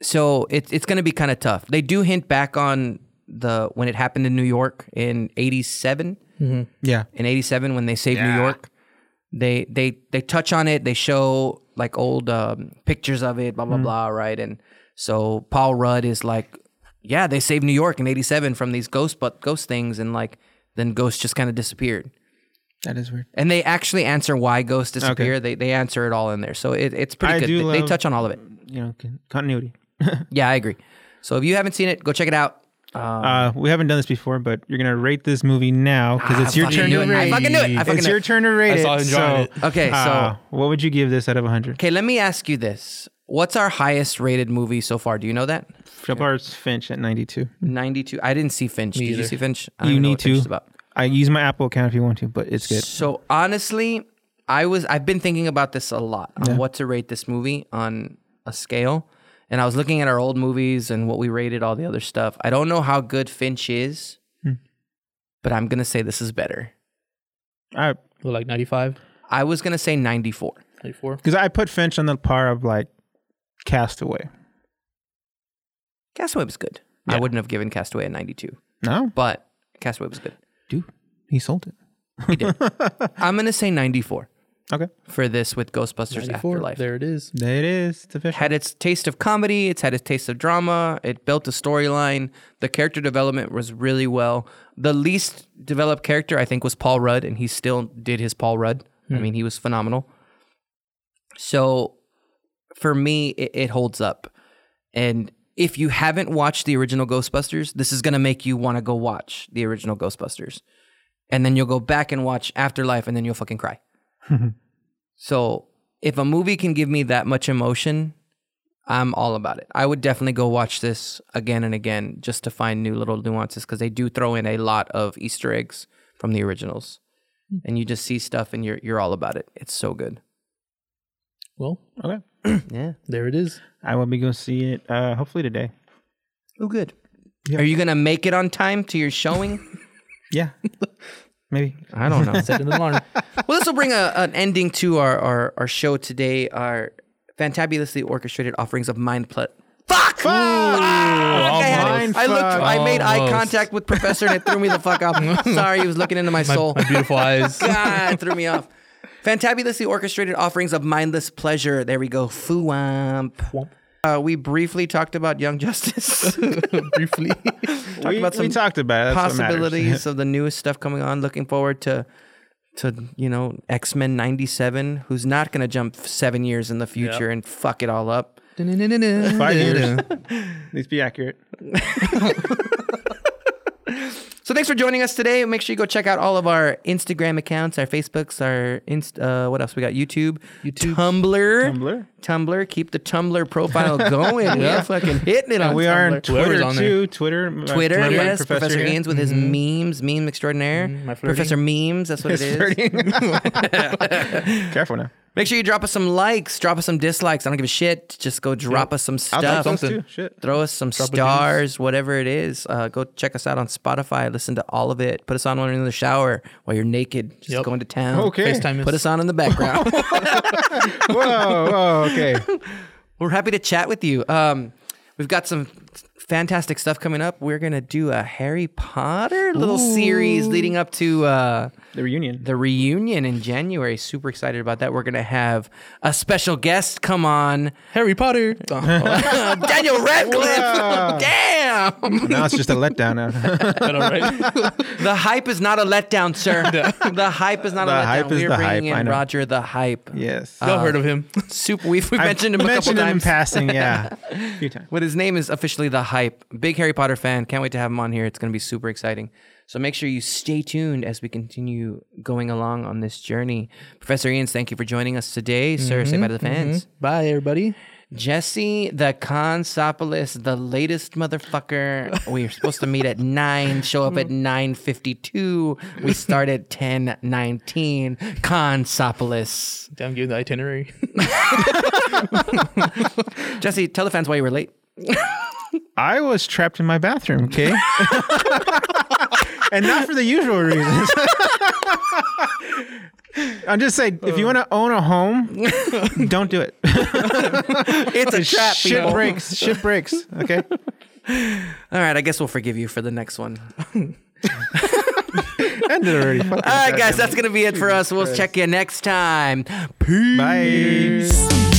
so it, it's going to be kind of tough. They do hint back on the when it happened in New York in '87 Yeah. in 87 when they saved New York. They they they touch on it. They show like old um, pictures of it, blah Hmm. blah blah, right? And so Paul Rudd is like, yeah, they saved New York in 87 from these ghost but ghost things and like then ghost just kind of disappeared. That is weird. And they actually answer why ghosts disappear. They they answer it all in there. So it, it's pretty I good. do They, they love- touch on all of it. You know, con- continuity. Yeah, I agree. So if you haven't seen it, go check it out. Um, Uh, we haven't done this before, but you're gonna rate this movie now because it's your fucking turn knew to it. Ah, I rate. fucking knew it. I fucking it's knew your it. turn to rate I saw it. him drawing so, Okay, so uh, what would you give this out of 100? Okay, let me ask you this. What's our highest rated movie so far? Do you know that? Philip Arts Finch at 92. 92. I didn't see Finch. Did you either. see Finch? I don't You even know need what Finch to. is about. I use my Apple account if you want to, but it's good. So honestly, I was I've been thinking about this a lot on what to rate this movie on a scale. And I was looking at our old movies and what we rated all the other stuff. I don't know how good Finch is, Hmm. but I'm going to say this is better. I Well, like 95, I was going to say 94. 94. because I put Finch on the par of like Castaway. Castaway was good. I Yeah. wouldn't have given Castaway a 92, No, but Castaway was good. dude, he sold it. I'm going to say 94 Okay, for this with Ghostbusters 94. Afterlife. There it is. there it is. It's official. had its taste of comedy, it's had its taste of drama, it built a storyline, the character development was really well. The least developed character I think was Paul Rudd and he still did his Paul Rudd. I mean, he was phenomenal. So for me it, it holds up. And if you haven't watched the original Ghostbusters, this is going to make you want to go watch the original Ghostbusters. And then you'll go back and watch Afterlife and then you'll fucking cry. so if a movie can give me that much emotion, I'm all about it. I would definitely go watch this again and again just to find new little nuances because they do throw in a lot of Easter eggs from the originals. And you just see stuff and you're you're all about it. It's so good. Well, Okay, Yeah. there it is. I will be going to see it. Uh, hopefully today. Oh good. Yeah. Are you gonna make it on time to your showing? Yeah, maybe. I don't know. Set an alarm. well, this will bring a, an ending to our, our, our show today. Our fantabulously orchestrated offerings of mind pl- Fuck! Ah, Oh, I, had it. mind I looked. fuck. I made eye Almost. contact with Professor, and it threw me the fuck off. Sorry, he was looking into my soul. My beautiful eyes. God, it threw me off. Fantabulously orchestrated offerings of mindless pleasure. There we go. Fuwamp. Womp. Uh, we briefly talked about Young Justice. Briefly. we, about we some talked about it. That's what matters. possibilities of the newest stuff coming on. Looking forward to to you know X Men '97, who's not going to jump seven years in the future and fuck it all up. Five Five years. Let's be accurate. So thanks for joining us today. Make sure you go check out all of our Instagram accounts, our Facebooks, our inst. Uh, what else we got? YouTube, YouTube. Tumblr, Tumblr. Tumblr. Keep the Tumblr profile going. yeah, fucking hitting it on. We are on Tumblr. Twitter Whoever's on there. too. Twitter, uh, Twitter, yes, Professor, Professor Ian's with Mm-hmm. his memes, meme extraordinaire, my flirting. Professor Memes. That's what it is. Ian. Careful now. Make sure you drop us some likes, drop us some dislikes. I don't give a shit. Just go drop us some I'll drop stuff. those too. Shit. Throw us some Drop a stars, whatever it is. Uh, go check us out on Spotify. Listen to all of it. Put us on when you're in the shower while you're naked, just Yep. going to town. Okay. FaceTime Put us on in the background. Whoa, whoa, okay. We're happy to chat with you. Um, we've got some fantastic stuff coming up. We're gonna do a Harry Potter little series leading up to. Uh, The reunion. the reunion in January. Super excited about that. We're going to have a special guest come on. Harry Potter. Oh, Daniel Radcliffe. Damn. now it's just a letdown. Now. The hype is not a letdown, sir. the hype is not The a letdown. hype is We're the bringing hype, I in know. Roger the hype. yes. Y'all heard of him. Super. We've, we've I've mentioned him a couple mentioned him in times. passing. Yeah, a few times. But his name is officially the hype. Big Harry Potter fan. Can't wait to have him on here. It's going to be super exciting. So make sure you stay tuned as we continue going along on this journey. Professor Ian, thank you for joining us today, sir. Say bye to the Mm-hmm, fans. Bye, everybody. Jesse the Consopoulos, the latest motherfucker. We were supposed to meet at nine, show up at nine fifty-two. We start at ten nineteen. Consopoulos. Damn, give the itinerary. Jesse, tell the fans why you were late. I was trapped in my bathroom. Okay. and not for the usual reasons. I'm just saying, Uh. if you want to own a home, don't do it. It's a trap, Shit people. breaks. Shit breaks. Okay. All right, I guess we'll forgive you for the next one. Ended already. Fucking All right, goddamn guys, it. that's gonna be it for us. We'll check you next time. Peace. Bye. Peace.